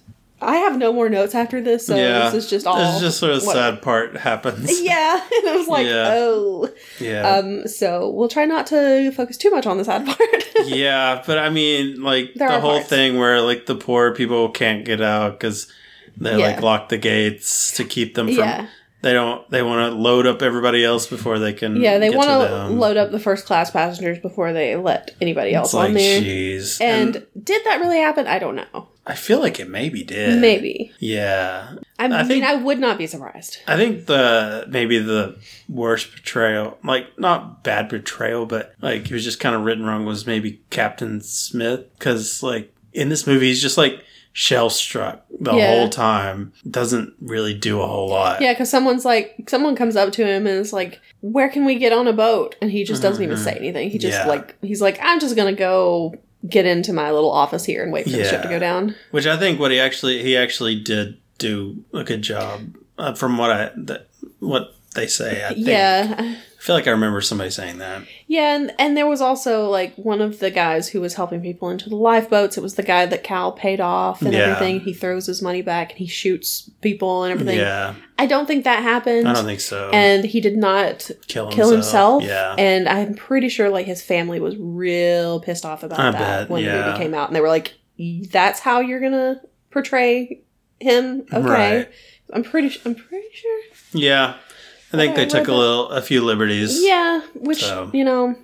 I have no more notes after this. So
yeah.
this is just all.
This is just where the
what-
sad part happens.
Yeah, and I was like,
Yeah.
oh.
Yeah.
Um. So we'll try not to focus too much on the sad part.
yeah, but I mean, like
There
the
are
whole
parts.
thing where like the poor people can't get out because they
Yeah.
like lock the gates to keep them from.
Yeah.
They don't. They want to load up everybody else before they can.
Yeah, they
get
want to
them.
load up the first class passengers before they let anybody else
It's like,
on there.
jeez.
and, did that really happen? I don't know.
I feel like it maybe did.
Maybe.
Yeah.
I, mean,
think-
I would not be surprised.
I think the maybe the worst portrayal, like not bad portrayal, but like it was just kind of written wrong, was maybe Captain Smith because like in this movie he's just like shell struck the
Yeah.
whole time, doesn't really do a whole lot.
Yeah, because someone's like, someone comes up to him and is like, "Where can we get on a boat?" And he just doesn't even
Mhm.
say anything. He just
Yeah.
like, he's like, "I'm just gonna go get into my little office here and wait for the ship to
Yeah.
go down."
Which I think what he actually he actually did do a good job uh, from what I the, what they say. I think.
Yeah,
I feel like I remember somebody saying that.
yeah, and and there was also like one of the guys who was helping people into the lifeboats. It was the guy that Cal paid off and
Yeah.
everything. He throws his money back and he shoots people and everything.
Yeah,
I don't think that happened.
I don't think so.
and he did not
kill himself.
kill himself.
Yeah.
And I'm pretty sure like his family was real pissed off about
I
that
bet,
when the
yeah.
movie came out. And they were like, that's how you're gonna portray him? Okay.
Right.
I'm pretty su- I'm pretty sure.
Yeah, I think
Okay,
they took a
well,
little, a few liberties.
Oh, Yeah. Which
So.
you know,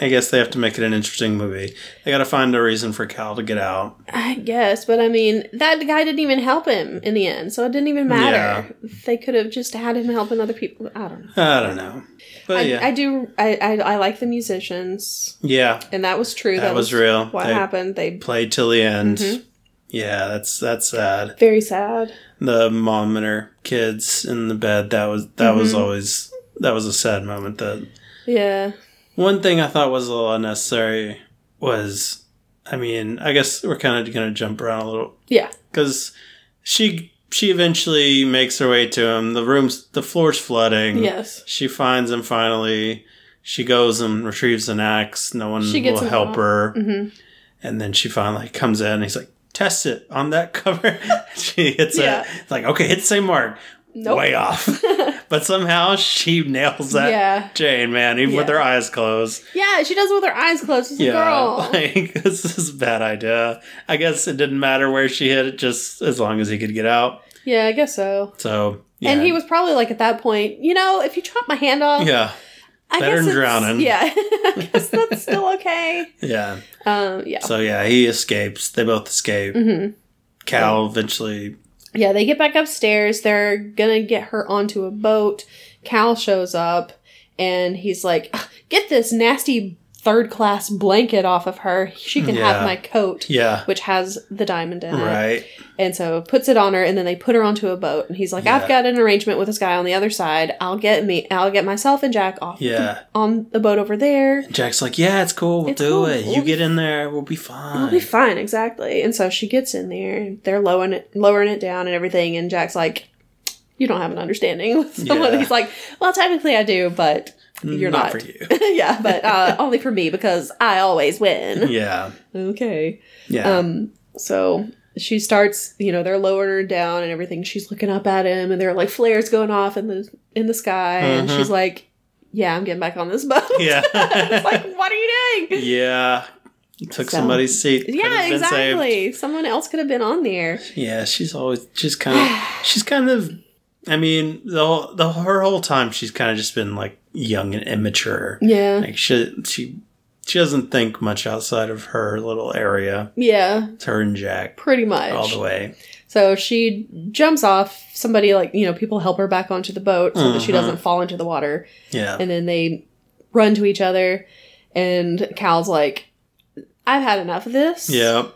I guess they have to make it an interesting movie. They got to find a reason for Cal to get out.
I guess, but I mean that guy didn't even help him in the end, so it didn't even matter. They could have just had him helping other people. I don't know.
I don't know, but
I,
yeah,
I do I, I I like the musicians.
yeah,
And that was true.
that, was, real.
What
they
happened? They
played till the end.
Mhm.
Yeah, that's that's sad.
very sad.
The mom and her kids in the bed. That was that was
Mhm.
always that was a sad moment. That
Yeah.
one thing I thought was a little unnecessary was, I mean, I guess we're kind of gonna jump around a little
Yeah.
because she she eventually makes her way to him. The room's the floor's flooding.
Yes.
She finds him finally. She goes and retrieves an axe. No one
She gets
will
him
help
out.
her.
hmm
And then she finally comes in and he's like, test it on that cover. she hits
Yeah.
it. It's like, okay, hit the same mark.
Nope.
Way off. but somehow she nails that
Yeah.
Jane, man, even with
Yeah.
her eyes closed.
Yeah, she does it with her eyes closed. It's a girl.
Like, this is a bad idea. I guess it didn't matter where she hit it, just as long as he could get out.
yeah, I guess so.
So, yeah.
And he was probably like at that point, you know, if you chop my hand off,
Yeah.
I
better
guess
than
it's-
drowning.
Yeah, I guess that's still okay.
Yeah.
Um, yeah.
So, yeah, he escapes. They both escape.
hmm
Cal eventually
Yeah, they get back upstairs. They're gonna get her onto a boat. Cal shows up and he's like, "Get this nasty third class blanket off of her. She can
Yeah.
have my coat."
Yeah.
Which has the diamond in it.
Right.
And so puts it on her, and then they put her onto a boat. And he's like,
Yeah.
"I've got an arrangement with this guy on the other side. I'll get me, I'll get myself and Jack off
Yeah.
on the boat over there.
Jack's like, yeah, it's cool. We'll
It's
do
cool.
it. You
We'll-
get in there. We'll be fine.
We'll be fine, exactly." And so she gets in there, and they're lowering it, lowering it down, and everything. And Jack's like, "You don't have an understanding with someone."
Yeah.
He's like, "Well, technically I do, but you're not."
Mm, for you.
yeah, but uh, only for me because I always win.
yeah.
Okay.
Yeah.
Um, so she starts, you know, they're lowering her down and everything. She's looking up at him, and there are like flares going off in the in the sky, and
Mhm.
she's like, "Yeah, I'm getting back on this boat."
yeah.
it's like, what are you doing?
yeah. Took
So-
somebody's seat. Could have
Yeah,
been saved.
exactly. Someone else could have been on there.
Yeah. She's always, she's kind of, she's kind of, I mean, the whole, the, her whole time, she's kind of just been like young and immature.
Yeah,
Like she, she, she doesn't think much outside of her little area.
yeah,
It's her and Jack
pretty much.
all the way.
So she jumps off. Somebody like you know, people help her back onto the boat so that she
Mhm.
doesn't fall into the water.
Yeah.
and then they run to each other and cal's like i've had enough of this
yeah.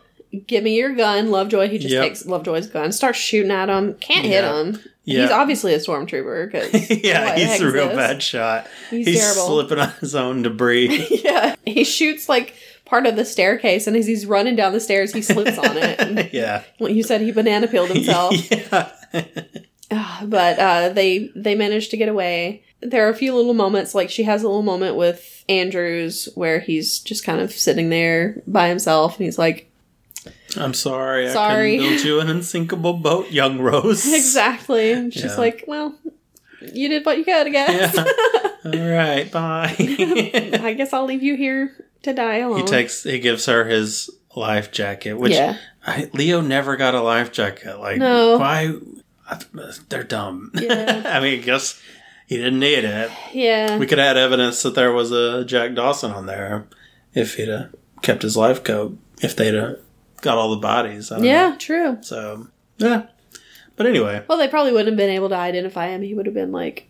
give me your gun lovejoy he just
Yep.
takes lovejoy's gun starts shooting at him can't hit
Yeah.
him
Yeah.
he's obviously a stormtrooper 'cause
yeah.
What the
He's
heck
a
is
real
this?
bad shot.
he's,
he's
terrible
slipping on his own debris.
yeah he shoots like part of the staircase and as he's running down the stairs he slips on it and
yeah.
well, you said he banana peeled himself
yeah.
Ah, but uh, they they manage to get away. There are a few little moments, like she has a little moment with Andrews where he's just kind of sitting there by himself, and he's like,
I'm sorry.
Sorry.
I couldn't build you an unsinkable boat, young Rose.
"Exactly." And she's
Yeah.
like, "Well, you did what you could, I guess.
Yeah. All right. Bye. he
I guess I'll leave you here to die alone."
takes. He gives her his life jacket, which
yeah,
I, Leo never got a life jacket. Like
No.
why? They're dumb.
Yeah.
I mean, I guess he didn't need it.
Yeah.
We could have had evidence that there was a Jack Dawson on there if he'd have kept his life coat, if they'd have got all the bodies. I don't know.
yeah, true.
So, yeah. But anyway,
Well, they probably wouldn't have been able to identify him. He would have been like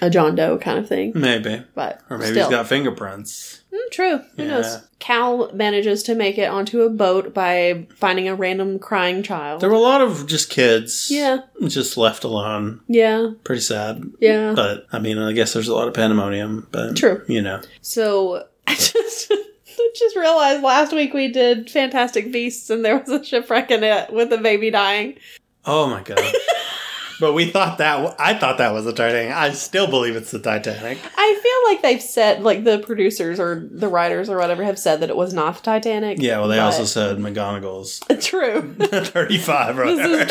a John Doe kind of thing.
maybe.
But
Or maybe
still.
he's got fingerprints.
Mm, true. Who
Yeah.
knows? Cal manages to make it onto a boat by finding a random crying child.
There were a lot of just kids.
Yeah.
Just left alone.
yeah.
Pretty sad.
Yeah.
But, I mean, I guess there's a lot of pandemonium. But,
Uh-huh. True.
You know.
So I just I just realized last week we did Fantastic Beasts and there was a shipwreck in it with a baby dying.
Oh my god. but we thought that w- I thought that was the Titanic. I still believe it's the Titanic.
I feel like they've said like the producers or the writers or whatever have said that it was not the Titanic.
Yeah, well they
but-
also said McGonagall's
true.
35 or
This is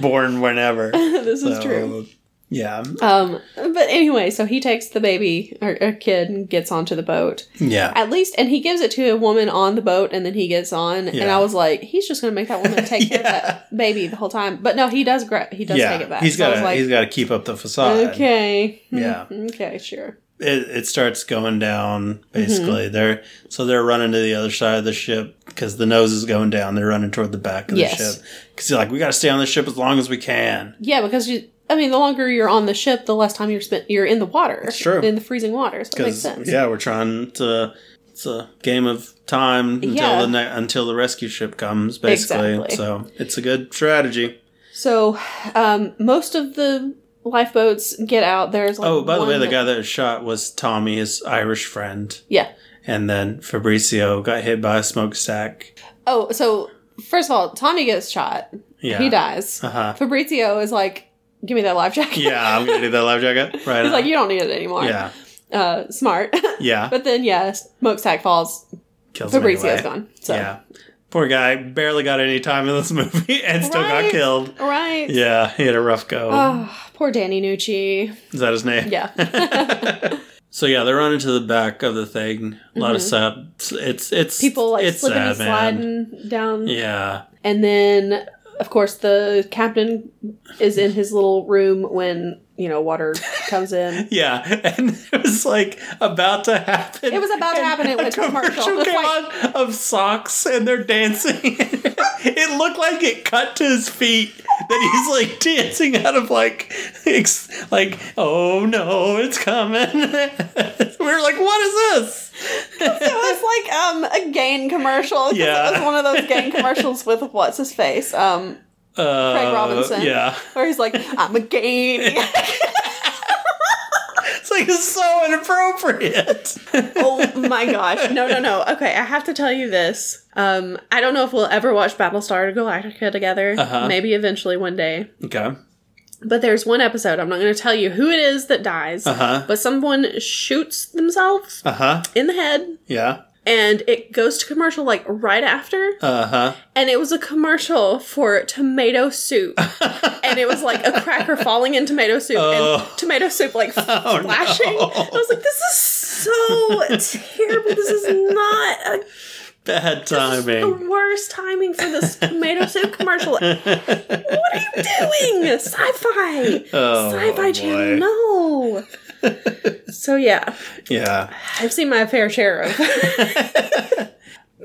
Born whenever.
this is
So,
true.
Yeah.
Um, but anyway, so he takes the baby or, or kid and gets onto the boat.
Yeah.
At least, and he gives it to a woman on the boat, and then he gets on. And
Yeah.
I was like, he's just going to make that woman take care of that baby the whole time. But no, he does. Gra- he does
yeah.
take it back.
He's
So I
got
was
to
like,
he's got to keep up the facade.
okay,
Yeah.
okay, sure.
It, it starts going down basically.
Mm-hmm.
They're so they're running to the other side of the ship because the nose is going down. They're running toward the back of
Yes.
the ship because you're like we got to stay on the ship as long as we can.
Yeah, because you. I mean, the longer you're on the ship, the less time you're spent. You're in the water. It's
true.
In the freezing water, so it
because
makes sense.
yeah, we're trying to. It's a game of time until
Yeah.
the ne- until the rescue ship comes, basically.
Exactly.
So it's a good strategy.
So, um, most of the lifeboats get out. There's like
Oh, by the way,
one
the
that-
guy that was shot was Tommy, his Irish friend,
Yeah.
and then Fabrizio got hit by a smokestack.
Oh, so first of all, Tommy gets shot.
Yeah,
He dies.
Uh huh.
Fabrizio is like, "Give me that life jacket."
Yeah, I'm gonna do that life jacket. Right. on.
He's like, "You don't need it anymore."
yeah,
Uh, smart.
yeah.
but then, yeah, smokestack falls.
Kills him
Fabrizio's
anyway.
gone. So.
Yeah. Poor guy barely got any time in this movie and still
Right.
got killed.
All right.
Yeah, he had a rough go.
Oh, poor Danny Nucci.
Is that his name?
Yeah.
So yeah, they run into the back of the thing. A lot of sad. It's it's
Mm-hmm. People like
it's
slipping
sad,
and sliding down.
Man. Yeah,
And then, of course, the captain is in his little room when, you know, water comes in.
yeah, and it was like about to happen.
It was about to
And
happen, it
a
went to commercial. It was
came
like-
on of socks and they're dancing. it looked like it cut to his feet. That he's like dancing out of like, ex- like oh no, it's coming. we were like, what is this?
It was like um, a gain commercial. 'cause
Yeah.
It was one of those gain commercials with what's his face, um,
Uh,
Craig Robinson.
Yeah.
where he's like, "I'm a gain."
It's like it's so inappropriate.
oh my gosh! No, no, no. Okay, I have to tell you this. Um, I don't know if we'll ever watch Battlestar Galactica together.
Uh-huh.
Maybe eventually one day.
okay.
But there's one episode. I'm not going to tell you who it is that dies.
Uh-huh.
But someone shoots themselves
Uh huh.
in the head,
Yeah.
and it goes to commercial like right after.
Uh huh.
and it was a commercial for tomato soup and it was like a cracker falling in tomato soup
Oh.
and tomato soup like flashing
no.
i was like this is so terrible this is not a,
Bad
the
timing.
worst timing for this tomato soup commercial what are you doing sci-fi
Oh,
sci-fi
boy.
channel no so yeah
Yeah.
i've seen my fair share of
Another,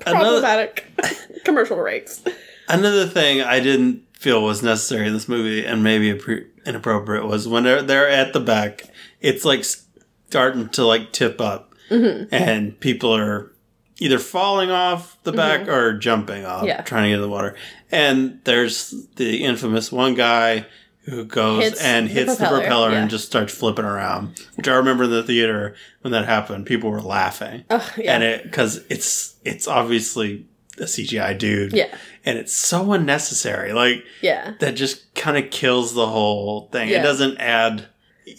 problematic commercial breaks
another thing I didn't feel was necessary in this movie and maybe appro- inappropriate was when they're, they're at the back, it's like starting to like tip up
Mm-hmm.
and people are either falling off the back or jumping off,
Mm-hmm. Yeah.
trying to get to the water. And there's the infamous one guy who goes
Hits
and
the
hits the
propeller,
propeller,
yeah.
and just starts flipping around. Which I remember in the theater when that happened, people were laughing.
oh yeah
and it because it's it's obviously a CGI dude,
Yeah.
and it's so unnecessary. Like
yeah
that just kind of kills the whole thing.
Yeah.
It doesn't add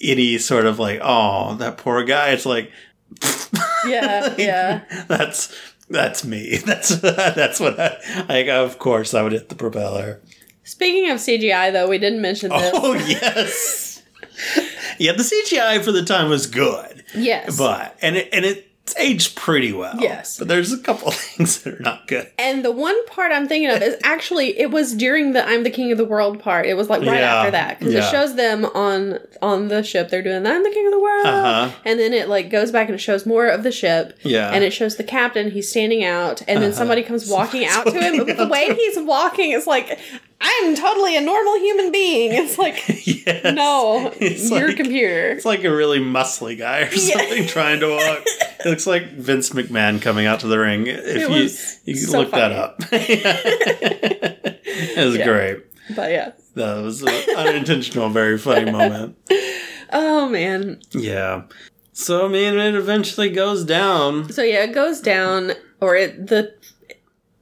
any sort of like, oh, that poor guy. It's like
yeah yeah
that's that's me. That's that's what I like. Of course, I would hit the propeller.
Speaking of CGI, though, we didn't mention this.
Oh yes, yeah. The CGI for the time was good,
yes,
but and it and it it's aged pretty well.
Yes.
But there's a couple things that are not good.
And the one part I'm thinking of is actually it was during the "I'm the King of the World" part. It was like right
Yeah.
after that because
Yeah.
it shows them on on the ship. They're doing "I'm the King of the World,"
Uh-huh.
and then it like goes back and it shows more of the ship.
Yeah. Uh-huh.
and it shows the captain. He's standing out, and then somebody comes walking out to him. But the way he's walking is like, I'm totally a normal human being. It's like,
yes.
no,
It's
your
like-
computer.
It's like a really muscly guy or
Yeah.
something trying to walk. It looks like Vince McMahon coming out to the ring. If
It
you,
was
you
so
look
funny.
that up, it was
Yeah.
great.
But yeah,
That was an unintentional, very funny moment.
oh man.
Yeah. So I mean, it eventually goes down.
So yeah, it goes down, or it the.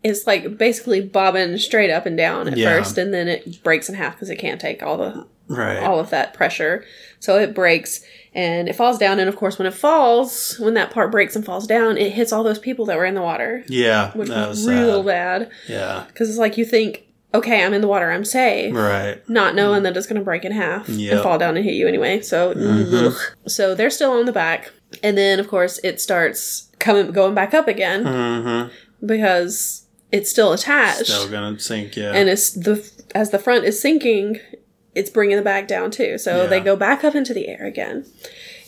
It's like basically bobbing straight up and down at
Yeah.
first, and then it breaks in half because it can't take all the
Right.
all of that pressure. So it breaks and it falls down. And of course, when it falls, when that part breaks and falls down, it hits all those people that were in the water,
yeah.
which
That was
was real
sad.
bad.
Yeah.
Because it's like you think, okay, I'm in the water, I'm safe.
Right.
Not knowing that it's going to break in half
Mm. Yep.
and fall down and hit you anyway. So,
Mhm.
ugh. so they're still on the back, and then of course it starts coming going back up again
Mm-hmm.
because it's still attached,
Still gonna sink. Yeah.
and it's the as the front is sinking, it's bringing the back down too. So
Yeah.
they go back up into the air again,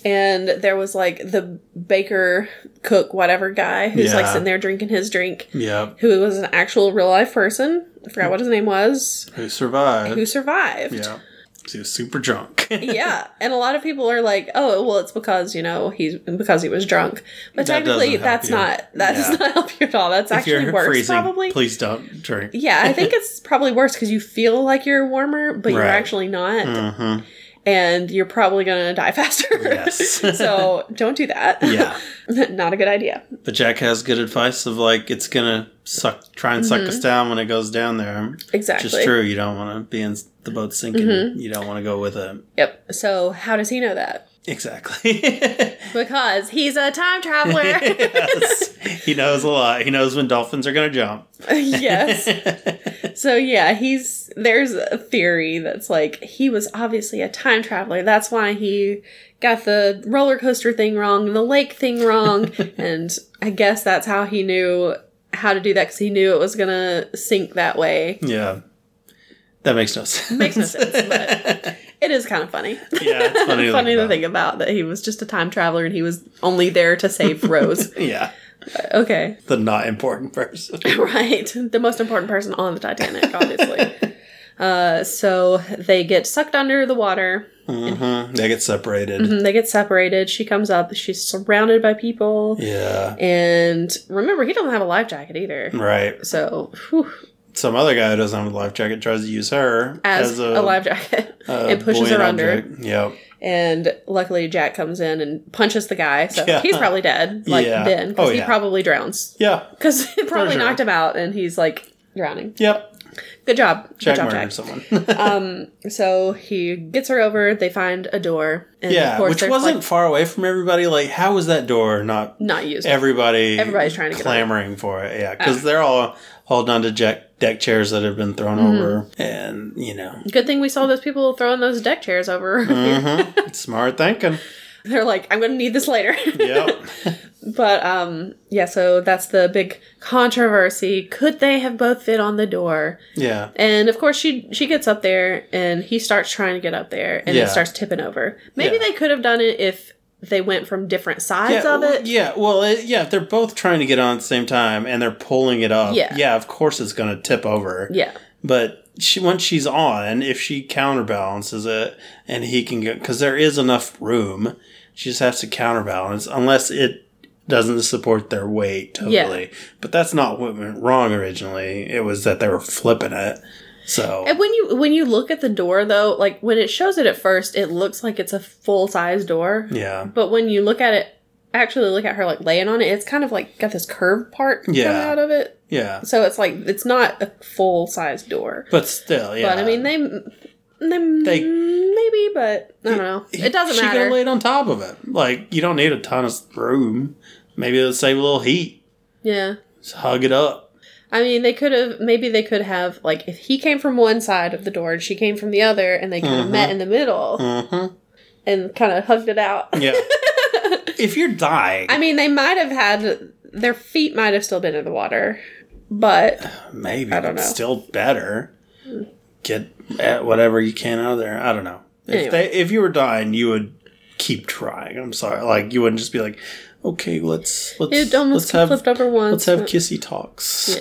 and there was like the baker, cook, whatever guy who's like
Yeah.
sitting there drinking his drink,
yep.
who was an actual real life person. I forgot what his name was.
Who survived?
Who survived?
Uh, yeah. She was super drunk.
yeah, and a lot of people are like, "Oh, well, it's because you know he's because he was drunk." But
That
technically,
doesn't help
that's
you.
not that
Yeah.
does not help you at all. That's
if you're
actually worse,
freezing,
probably.
please don't drink.
Yeah, I think it's probably worse because you feel like you're warmer, but you're
Right.
actually not,
Mm-hmm.
and you're probably gonna die faster.
Yes.
so don't do that.
Yeah.
not a good idea.
But Jack has good advice of like it's gonna suck, try and suck us down when it goes down there. Which
Mm-hmm. Exactly. Mm-hmm.
is true. You don't want to be in s- the boat sinking. You don't want to go with it.
Yep. So how does he know that?
Exactly.
Because he's a time traveler.
yes. He knows a lot. He knows when dolphins are gonna jump.
yes. So yeah, he's there's a theory that's like he was obviously a time traveler. That's why he got the roller coaster thing wrong, and the lake thing wrong, and I guess that's how he knew how to do that because he knew it was gonna sink that way.
Yeah. That makes no sense.
Makes no sense, but it is kind of funny.
yeah, it's funny.
funny to
about.
think about that he was just a time traveler and he was only there to save Rose.
Yeah,
okay,
the not important person.
right. The most important person on the Titanic, obviously. uh, so they get sucked under the water.
hmm They get separated.
Mhm, They get separated. She comes up. She's surrounded by people.
Yeah.
And remember, he doesn't have a life jacket either.
Right.
So, whew,
Some other guy who doesn't have a life jacket tries to use her
as, a, life jacket,
a
it pushes
buoyant
her under.
Uh, object. Yep.
And luckily, Jack comes in and punches the guy. So
Yeah.
he's probably dead, like
Yeah.
then, because
Oh,
he
yeah.
probably drowns.
Yeah.
Because it probably
sure.
knocked him out, and he's like drowning.
Yep.
Good job,
Jack
good job,
murdered
Jack.
someone.
um, so he gets her over. They find a door, and of
yeah,
course,
which
there's,
wasn't
like,
far away from everybody. Like, how was that door not
not used.
everybody?
Everybody's trying to get Ah.
clamoring for it. Yeah, because they're all holding on to jack deck chairs that have been thrown
Mm-hmm.
over, and you know,
Good thing we saw those people throwing those deck chairs over.
Mhm. smart thinking.
They're like, I'm going to need this later.
Yep.
but um, yeah, so that's the big controversy. Could they have both fit on the door?
Yeah.
And of course, she she gets up there, and he starts trying to get up there, and
Yeah.
it starts tipping over. Maybe
Yeah.
they could have done it if they went from different sides
yeah,
of it.
Yeah, well, it, yeah, if they're both trying to get on at the same time and they're pulling it up,
Yeah.
of course it's going to tip over.
Yeah.
But she once she's on, if she counterbalances it and he can go, because there is enough room, she just has to counterbalance unless it doesn't support their weight totally. But that's not what went wrong originally. It was that they were flipping it. So
And when you when you look at the door though, like when it shows it at first, it looks like it's a full size door.
yeah,
But when you look at it, actually look at her like laying on it, it's kind of like got this curved part coming
Yeah.
out of it.
yeah,
So it's like it's not a full size door.
but still, yeah.
But I mean, they they,
They-
maybe, but I don't know. It doesn't
she could
matter.
have laid on top of it. Like you don't need a ton of room. Maybe it'll save a little heat.
yeah.
Just hug it up.
I mean, they could have maybe they could have like if he came from one side of the door and she came from the other, and they kind of
Mhm.
met in the middle
Mm-hmm.
and kind of hugged it out.
Yeah. if you're dying,
I mean, they might have had their feet might have still been in the water, but
maybe
I don't
it's
know.
still better. Get eh, whatever you can out of there. I don't know. If they, if you were dying, you would keep trying. I'm sorry, like you wouldn't just be like, okay, let's let's
it
let's
almost
have
flipped over once.
let's have
but-
kissy talks.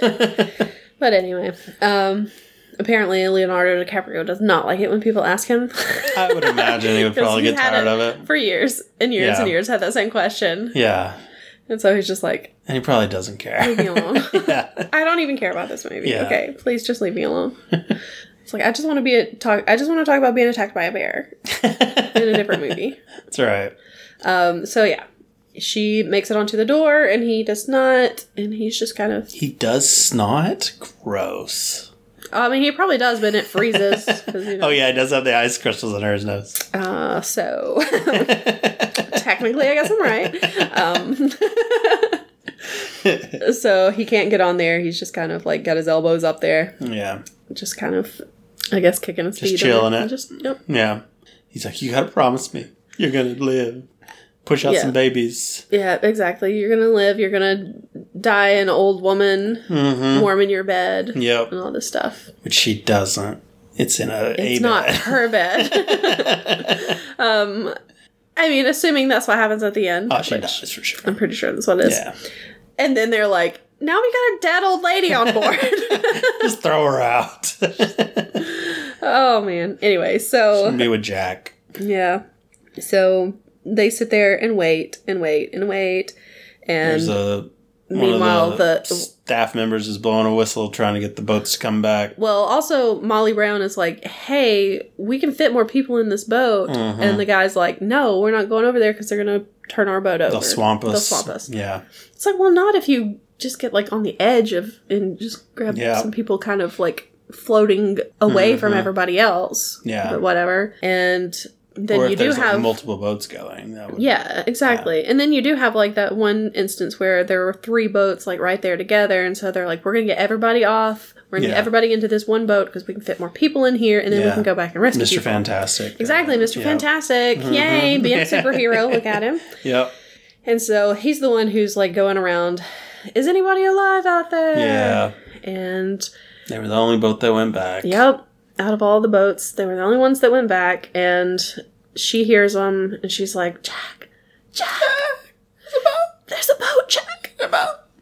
But anyway, um, apparently Leonardo DiCaprio does not like it when people ask him.
I would imagine he would
'Cause
probably
he's
get
had
tired of it.
for years and years
Yeah.
and years. Had that same question,
Yeah,
and so he's just like,
and he probably doesn't care.
"Leave me alone.
yeah,
I don't even care about this movie.
Yeah.
Okay, please just leave me alone." It's like I just want to be a talk. I just want to talk about being attacked by a bear in a different movie.
that's right.
Um, so yeah, she makes it onto the door, and he does not, and he's just kind of.
He does snot. Gross.
I mean, he probably does, but it freezes. 'cause, you know,
Oh yeah, he does have the ice crystals under his nose.
Uh, so technically, I guess I'm right. Um, so he can't get on there. He's just kind of like got his elbows up there,
Yeah,
just kind of, I guess, kicking his feet.
chilling
on
it.
Just yep.
yeah. He's like, you gotta promise me you're gonna live. Push out
Yeah.
some babies.
Yeah, exactly. You're gonna live. You're gonna die an old woman,
Mm-hmm.
warm in your bed,
Yep.
and all this stuff.
Which she doesn't. It's in a.
It's
a
not
bed.
her bed. um, I mean, assuming that's what happens at the end.
oh, she
which
dies for sure.
I'm pretty sure that's what it is.
Yeah.
And then they're like, now we got a dead old lady on board.
Just throw her out.
oh man. Anyway, so
Me with Jack.
yeah. So they sit there and wait and wait and wait. And
There's a. one of
meanwhile the
staff members is blowing a whistle trying to get the boats to come back.
well, also Molly Brown is like, "Hey, we can fit more people in this boat,"
Uh-huh.
and the guy's like, "No, we're not going over there because they're gonna turn our boat over.
They'll swamp us.
They'll swamp us."
Yeah.
It's like, well, not if you just get like on the edge of and just grab
Yeah. Mm-hmm.
some people kind of like floating away from everybody else.
Yeah.
But whatever. And then
or if
you do
there's like,
have
multiple boats going. That would,
Yeah, exactly. And then you do have like that one instance where there were three boats like right there together and so they're like we're going to get everybody off. We're going to
Yeah.
get everybody into this one boat because we can fit more people in here and then we
Yeah.
can go back and rescue
Mr.
people."
Fantastic.
Exactly, Mr.
Yeah. Mm-hmm.
Fantastic. Yay, being a superhero. Look at him.
Yep.
And so he's the one who's like going around, is anybody alive out there?
Yeah.
And
They were the only boat that went back.
yep, out of all the boats, they were the only ones that went back. And she hears them and she's like, Jack, Jack, there's a boat, there's a boat, Jack, there's a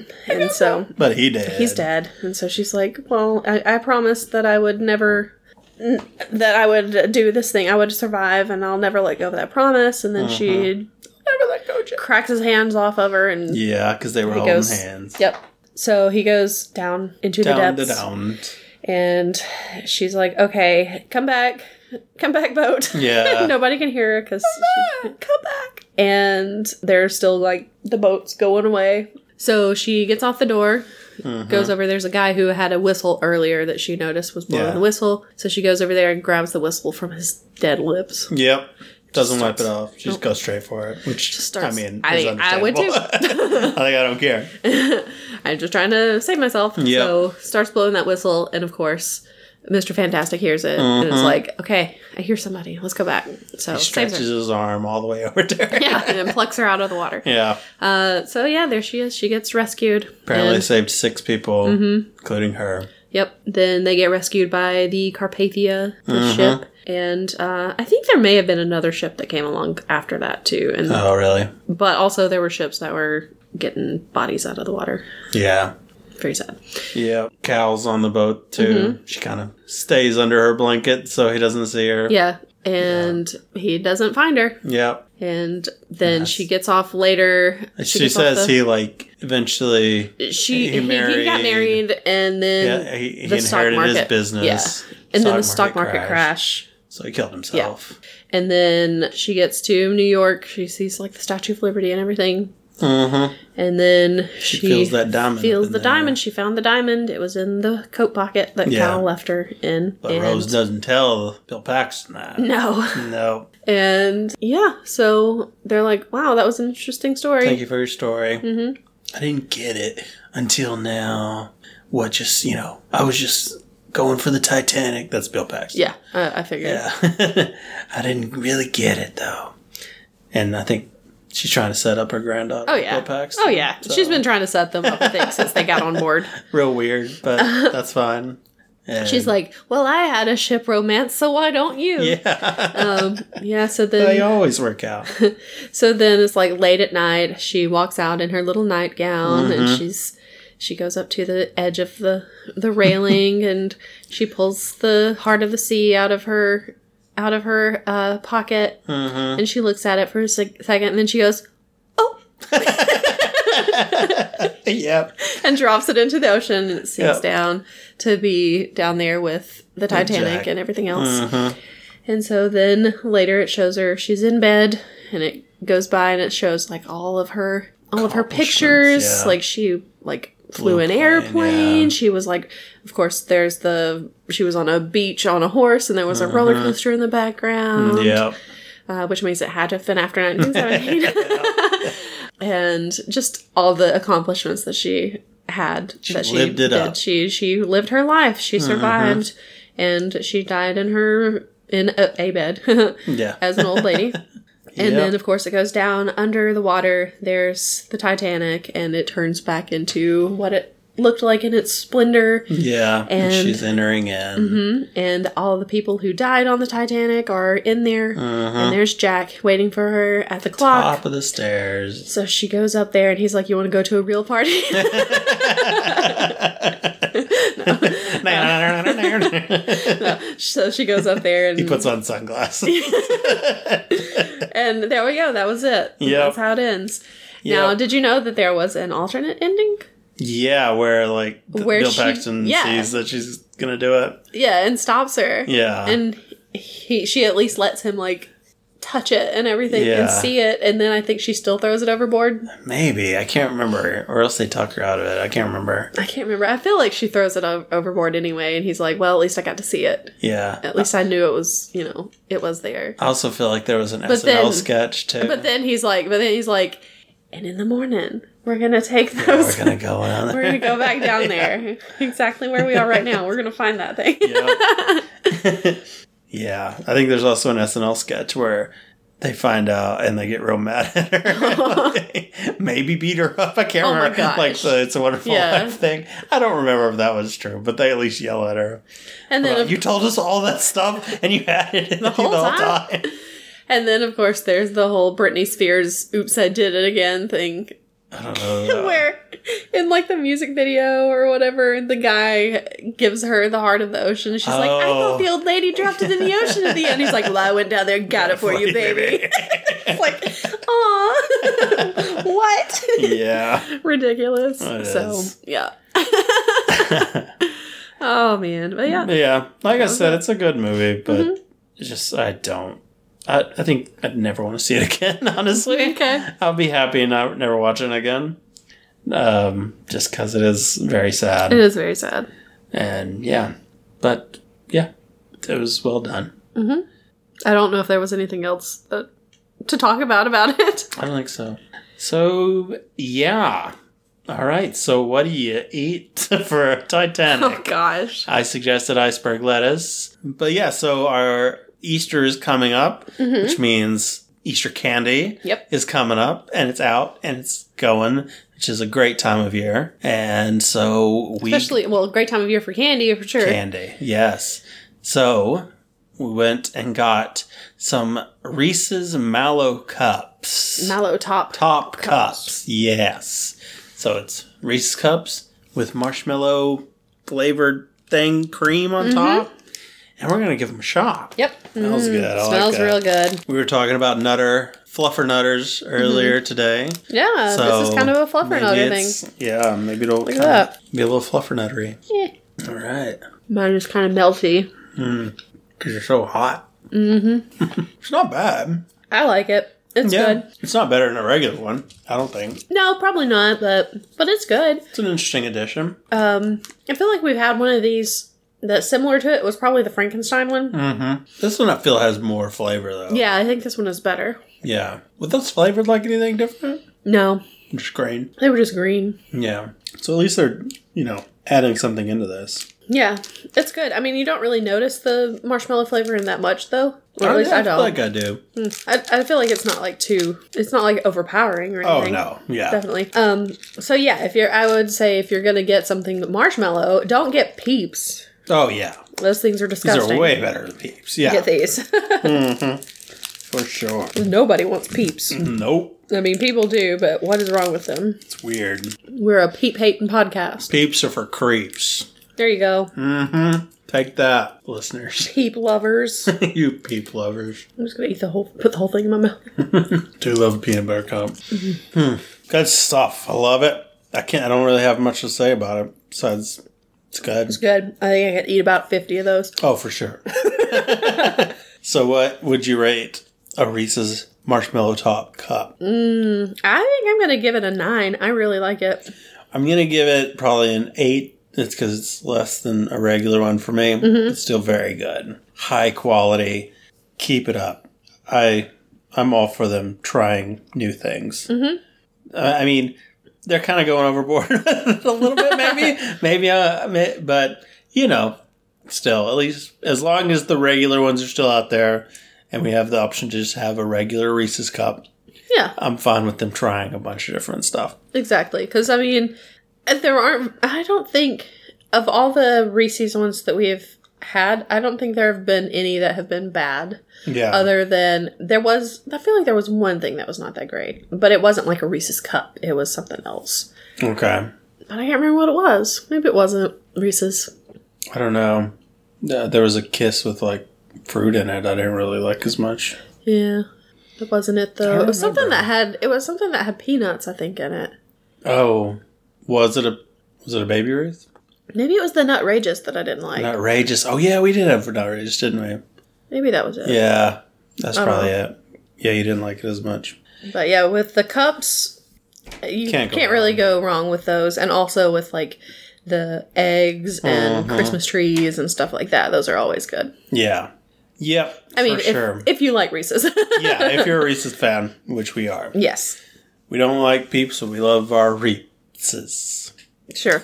boat. And so
But he did.
he's dead. And so she's like, well, I, I promised that I would never. n- That I would do this thing, I would survive, and I'll never let go of that promise. And then she
Never let go, Jack.
cracks his hands off of her and
Yeah, because they were holding
goes-
hands.
Yep. So he goes down into
Down
the
to
depths,
down.
and she's like, "Okay, come back, come back, boat."
Yeah.
Nobody can hear her because come back. And they're still like the boat's going away. So she gets off the door,
Mm-hmm.
goes over. There's a guy who had a whistle earlier that she noticed was blowing
Yeah.
the whistle. So she goes over there and grabs the whistle from his dead lips.
Yep. Doesn't wipe it off. She just goes straight for it. Which
starts-
I mean,
I
is
mean, I would
understandable. I think I don't care.
I'm just trying to save myself.
Yeah.
So starts blowing that whistle, and of course, Mr. Fantastic hears it and
Uh-huh.
it's like, "Okay, I hear somebody. Let's go back." So saves
Stretches
her.
his arm all the way over to her.
Yeah, and then plucks her out of the water.
Yeah.
Uh, so yeah, there she is. She gets rescued.
Apparently
And- Mm-hmm.
saved six people, including her.
yep. Then they get rescued by the Carpathia, the
Uh-huh.
ship. And uh, I think there may have been another ship that came along after that too. And
Oh, really?
but also there were ships that were getting bodies out of the water.
Yeah.
Very sad.
Yeah. Cal's on the boat too.
Mm-hmm.
She kind of stays under her blanket so he doesn't see her.
Yeah, and he doesn't find her.
Yep.
and then she gets off later.
She,
gets off
says
the-
he like eventually. he
she he, he got
married-
married, and then
Yeah, he, he
the stock
inherited his
market.
business.
Yeah. and then the stock market crash.
So he killed himself.
And then she gets to New York. She sees like the Statue of Liberty and everything.
Mm-hmm.
And then she,
feels that diamond
Feels
up in
the
there.
diamond. She found the diamond. It was in the coat pocket that
Yeah.
Cal left her in.
But
and
Rose doesn't tell Bill Paxton that.
no.
No.
And yeah, so they're like, "Wow, that was an interesting story."
Thank you for your story. Mm-hmm. I didn't get it until now. What just, you know, I was just going for the Titanic. That's Bill Paxton.
Yeah, I I figured.
Yeah. I didn't really get it though. And I think She's trying to set up her granddaughter.
Oh yeah.
Packs.
Oh yeah.
So,
She's been trying to set them up I think since they got on board.
real weird, but that's fine. And-
She's like, "Well, I had a ship romance, so why don't you?"
yeah,
Um, yeah. So
they
then,
always work out.
so then it's like late at night. She walks out in her little nightgown,
Mm-hmm.
and she's she goes up to the edge of the the railing, and she pulls the heart of the sea out of her out of her uh, pocket,
hmm
and she looks at it for a sec- second, and then she goes, "Oh,"
yep.
and drops it into the ocean, and it sinks
Yep.
down to be down there with the Titanic
Jack.
and everything else.
Mhm.
And so then later it shows her she's in bed and it goes by and it shows like all of her all of her
Accomplishments,
pictures.
yeah.
Like she like flew
Flew a
an
plane,
airplane.
yeah.
She was like of course there's the she was on a beach on a horse and there was
Uh-huh.
a roller coaster in the background.
Yep.
Uh, which means it had to have been after 1917. and just all the accomplishments that she had that she
lived it
did.
up. Mm-hmm.
She she lived her life. She survived, and she died in her in a, a bed
Yeah.
as an old lady.
Yep.
And then, of course, it goes down under the water. There's the Titanic, and it turns back into what it looked like in its splendor.
Mm-hmm. yeah.
and-
she's entering in.
Mm-hmm. And all the people who died on the Titanic are in there.
Uh-huh.
And there's Jack waiting for her at the, clock.
Top of the stairs.
So she goes up there and he's like, You want to go to a real party? so she goes up there and,
he puts on sunglasses.
and there we go. That was it.
Yep.
That's how it ends. Now,
Yep.
did you know that there was an alternate ending?
yeah, where like th-
Where
Bill
she-
Paxton
yeah.
sees that she's gonna do it.
Yeah, and stops her.
Yeah.
And he, she at least lets him, like, touch it and everything
Yeah.
and see it. And then I think she still throws it overboard.
Maybe I can't remember, or else they talk her out of it. I can't remember.
I can't remember. I feel like she throws it o- overboard anyway. And he's like, Well, at least I got to see it.
Yeah.
At least I knew it was, you know, it was there.
I also feel like there was an SNL
then-
sketch too.
But then he's like, but then he's like, and in the morning we're gonna take
we're
those.
gonna go on.
we're gonna go back down there, exactly where we are right now. We're gonna find that thing.
Yep. yeah, I think there's also an SNL sketch where they find out and they get real mad at her. Maybe beat her up. I can't
Oh my
remember. Like
gosh.
the It's a Wonderful
Yeah.
Life thing. I don't remember if that was true, but they at least yell at her.
And then,
Like,
of,
you told us all that stuff and you had it in the
whole
whole, the whole
time?
time.
and then of course there's the whole Britney Spears "Oops, I did it again" thing,
I don't know.
where in like the music video or whatever, the guy gives her the heart of the ocean. She's like, "I thought
Oh.
the old lady dropped it in the ocean at the end." He's like, "Well, I went down there and got it Oh. for you, baby." it's like, "Aw, what?"
yeah.
ridiculous.
It
so
is.
yeah. oh man, but yeah,
Yeah, like I said, it's a good movie, but
Mm-hmm.
it's just I don't. I, I think I'd never want to see it again. Honestly,
Okay.
I'll be happy not never watching it again. Um, just because it is very
it
sad,
is very sad.
and yeah, but yeah, it was well done.
I don't know if there was anything else that, to talk about about it.
I don't think so. So yeah, all right. So what do you eat for Titanic?
Oh gosh.
I suggested iceberg lettuce. But yeah, so our Easter is coming up, which means Easter candy
Mm-hmm. Yep.
is coming up and it's out and it's going, which is a great time of year. And so we
Especially well, great time of year for candy for sure.
candy. Yes. So we went and got some Reese's Mallow cups.
Mallow top.
Top cups. Yes. So it's Reese's cups with marshmallow flavored thing cream on top. And we're going to give them a shot.
Mm-hmm. Yep. Mm-hmm.
Smells good. I like
Smells
that.
real good.
We were talking about Nutter, Fluffer Nutters earlier today.
Yeah, Uh, this is kind of a fluffer
maybe
nutter thing.
it's- Yeah, maybe it'll
at
kinda
that.
be a little fluffer nuttery.
Yeah.
All right.
Mine is kind of melty.
Because you're so hot. Mm-hmm. it's not bad.
I like it. It's
Yeah.
good.
It's not better than a regular one, I don't think.
No, probably not, but but it's good.
It's an interesting addition.
Um, I feel like we've had one of these that's similar to it was probably the Frankenstein one.
Mm-hmm. This one I feel has more flavor though.
Yeah, I think this one is better.
Yeah. Were those flavored like anything different?
No,
Just green.
they were just green.
Yeah. So at least they're, you know, adding something into this.
Yeah, it's good. I mean, you don't really notice the marshmallow flavor in that much, though. Or at
I,
least
Oh, I
I
feel
don't.
like I do.
I, I feel like it's not like too. It's not like overpowering or
Oh
anything.
no, yeah,
Definitely. Um. So yeah, if you're, I would say if you're gonna get something marshmallow, don't get peeps.
oh yeah.
Those things are
These
disgusting.
are way better than peeps. Yeah,
Get Mm. these.
for sure.
Nobody wants peeps.
Nope,
I mean, people do, but what is wrong with them?
it's weird.
We're a peep hating podcast.
Peeps are for creeps.
There you go,
Hmm. Take that, listeners.
peep lovers. I'm
you peep lovers.
just gonna eat the whole, put the whole thing in my mouth.
Do love a peanut butter cup.
Mm-hmm.
Hmm. Good stuff. I love it. I can't. I don't really have much to say about it. Besides, it's good.
It's good. I think I could eat about fifty of those.
Oh, for sure. so, what would you rate a Reese's marshmallow top cup?
I think I'm gonna give it a nine. I really like it.
I'm gonna give it probably an eight. It's because it's less than a regular one for me. It's still very good, high quality. Keep it up. I I'm all for them trying new things. Mm-hmm. I mean, they're kind of going overboard a little bit, maybe, maybe, uh, may- but you know, still at least as long as the regular ones are still out there, and we have the option to just have a regular Reese's cup,
Yeah,
I'm fine with them trying a bunch of different stuff.
exactly. Because I mean, if there aren't. I don't think of all the Reese's ones that we have had. I don't think there have been any that have been bad.
Yeah.
Other than there was, I feel like there was one thing that was not that great, but it wasn't like a Reese's cup. It was something else.
okay.
But I can't remember what it was. Maybe it wasn't Reese's.
I don't know. Uh, there was a kiss with like fruit in it. I didn't really like as much.
Yeah, that wasn't it though.
don't
It was something
remember.
that had. It was something that had peanuts, I think, in it.
Oh, was it a was it a baby Ruth?
Maybe it was the Nutrageous that I didn't like.
Outrageous. Oh yeah, we did have an outrageous, didn't
Maybe that was it.
we? Yeah, that's
I don't
probably it. Yeah, you didn't like it as much.
But yeah, with the cups, you
Can't
can't,
go
really
wrong.
go wrong with those, and also with like the eggs and
Uh-huh.
Christmas trees and stuff like that. Those are always good.
Yeah. Yep.
I mean,
for
if,
sure.
if you like Reese's,
yeah, if you're a Reese's fan, which we are,
yes,
we don't like peeps, but we love our Reese's.
sure.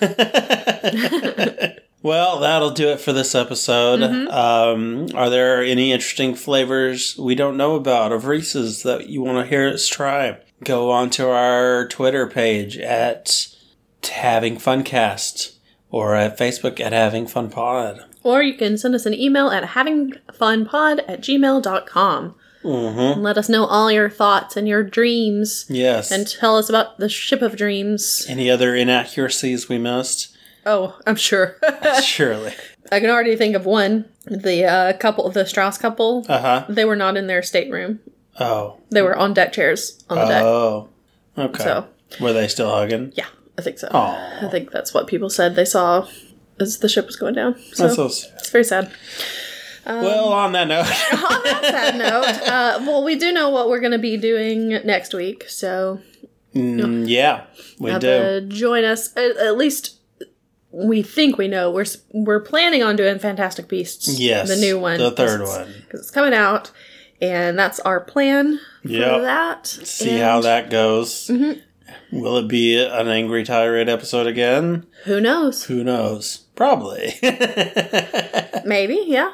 Well, that'll do it for this episode.
Mm-hmm.
Um, are there any interesting flavors we don't know about of Reese's that you want to hear us try? Go on to our Twitter page at Having Funcast or at Facebook at Having Fun Pod.
or you can send us an email at havingfunpod at gmail.com.
Mm-hmm.
And let us know all your thoughts and your dreams.
Yes.
And tell us about the ship of dreams.
any other inaccuracies we missed?
Oh, I'm sure.
Surely.
I can already think of one. The uh, couple, the Strauss couple,
Uh huh.
they were not in their stateroom.
Oh.
They were on deck chairs on the deck.
Oh. Okay.
So
Were they still hugging?
yeah, I think so.
Aw.
I think that's what people said they saw as the ship was going down. So um,
That's so sad.
it's very sad.
well, on that note.
On that sad note, uh, well, we do know what we're going to be doing next week, so
Mm, yeah, we
have
do.
to join us. At, at least we think we know. We're s- we're planning on doing Fantastic Beasts.
Yes,
the new one,
the third
because it's-
one.
'cause it's coming out, and that's our plan
Yep.
for that.
See how
And Mm-hmm.
that goes. Will it be an angry tirade episode again?
Who knows?
Who knows? Probably.
Maybe, yeah.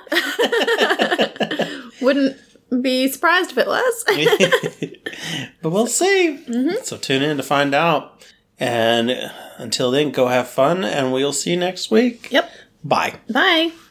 Wouldn't be surprised if it was.
but we'll see.
Mm-hmm.
So tune in to find out. And until then, go have fun, and we'll see you next week.
yep.
Bye.
Bye.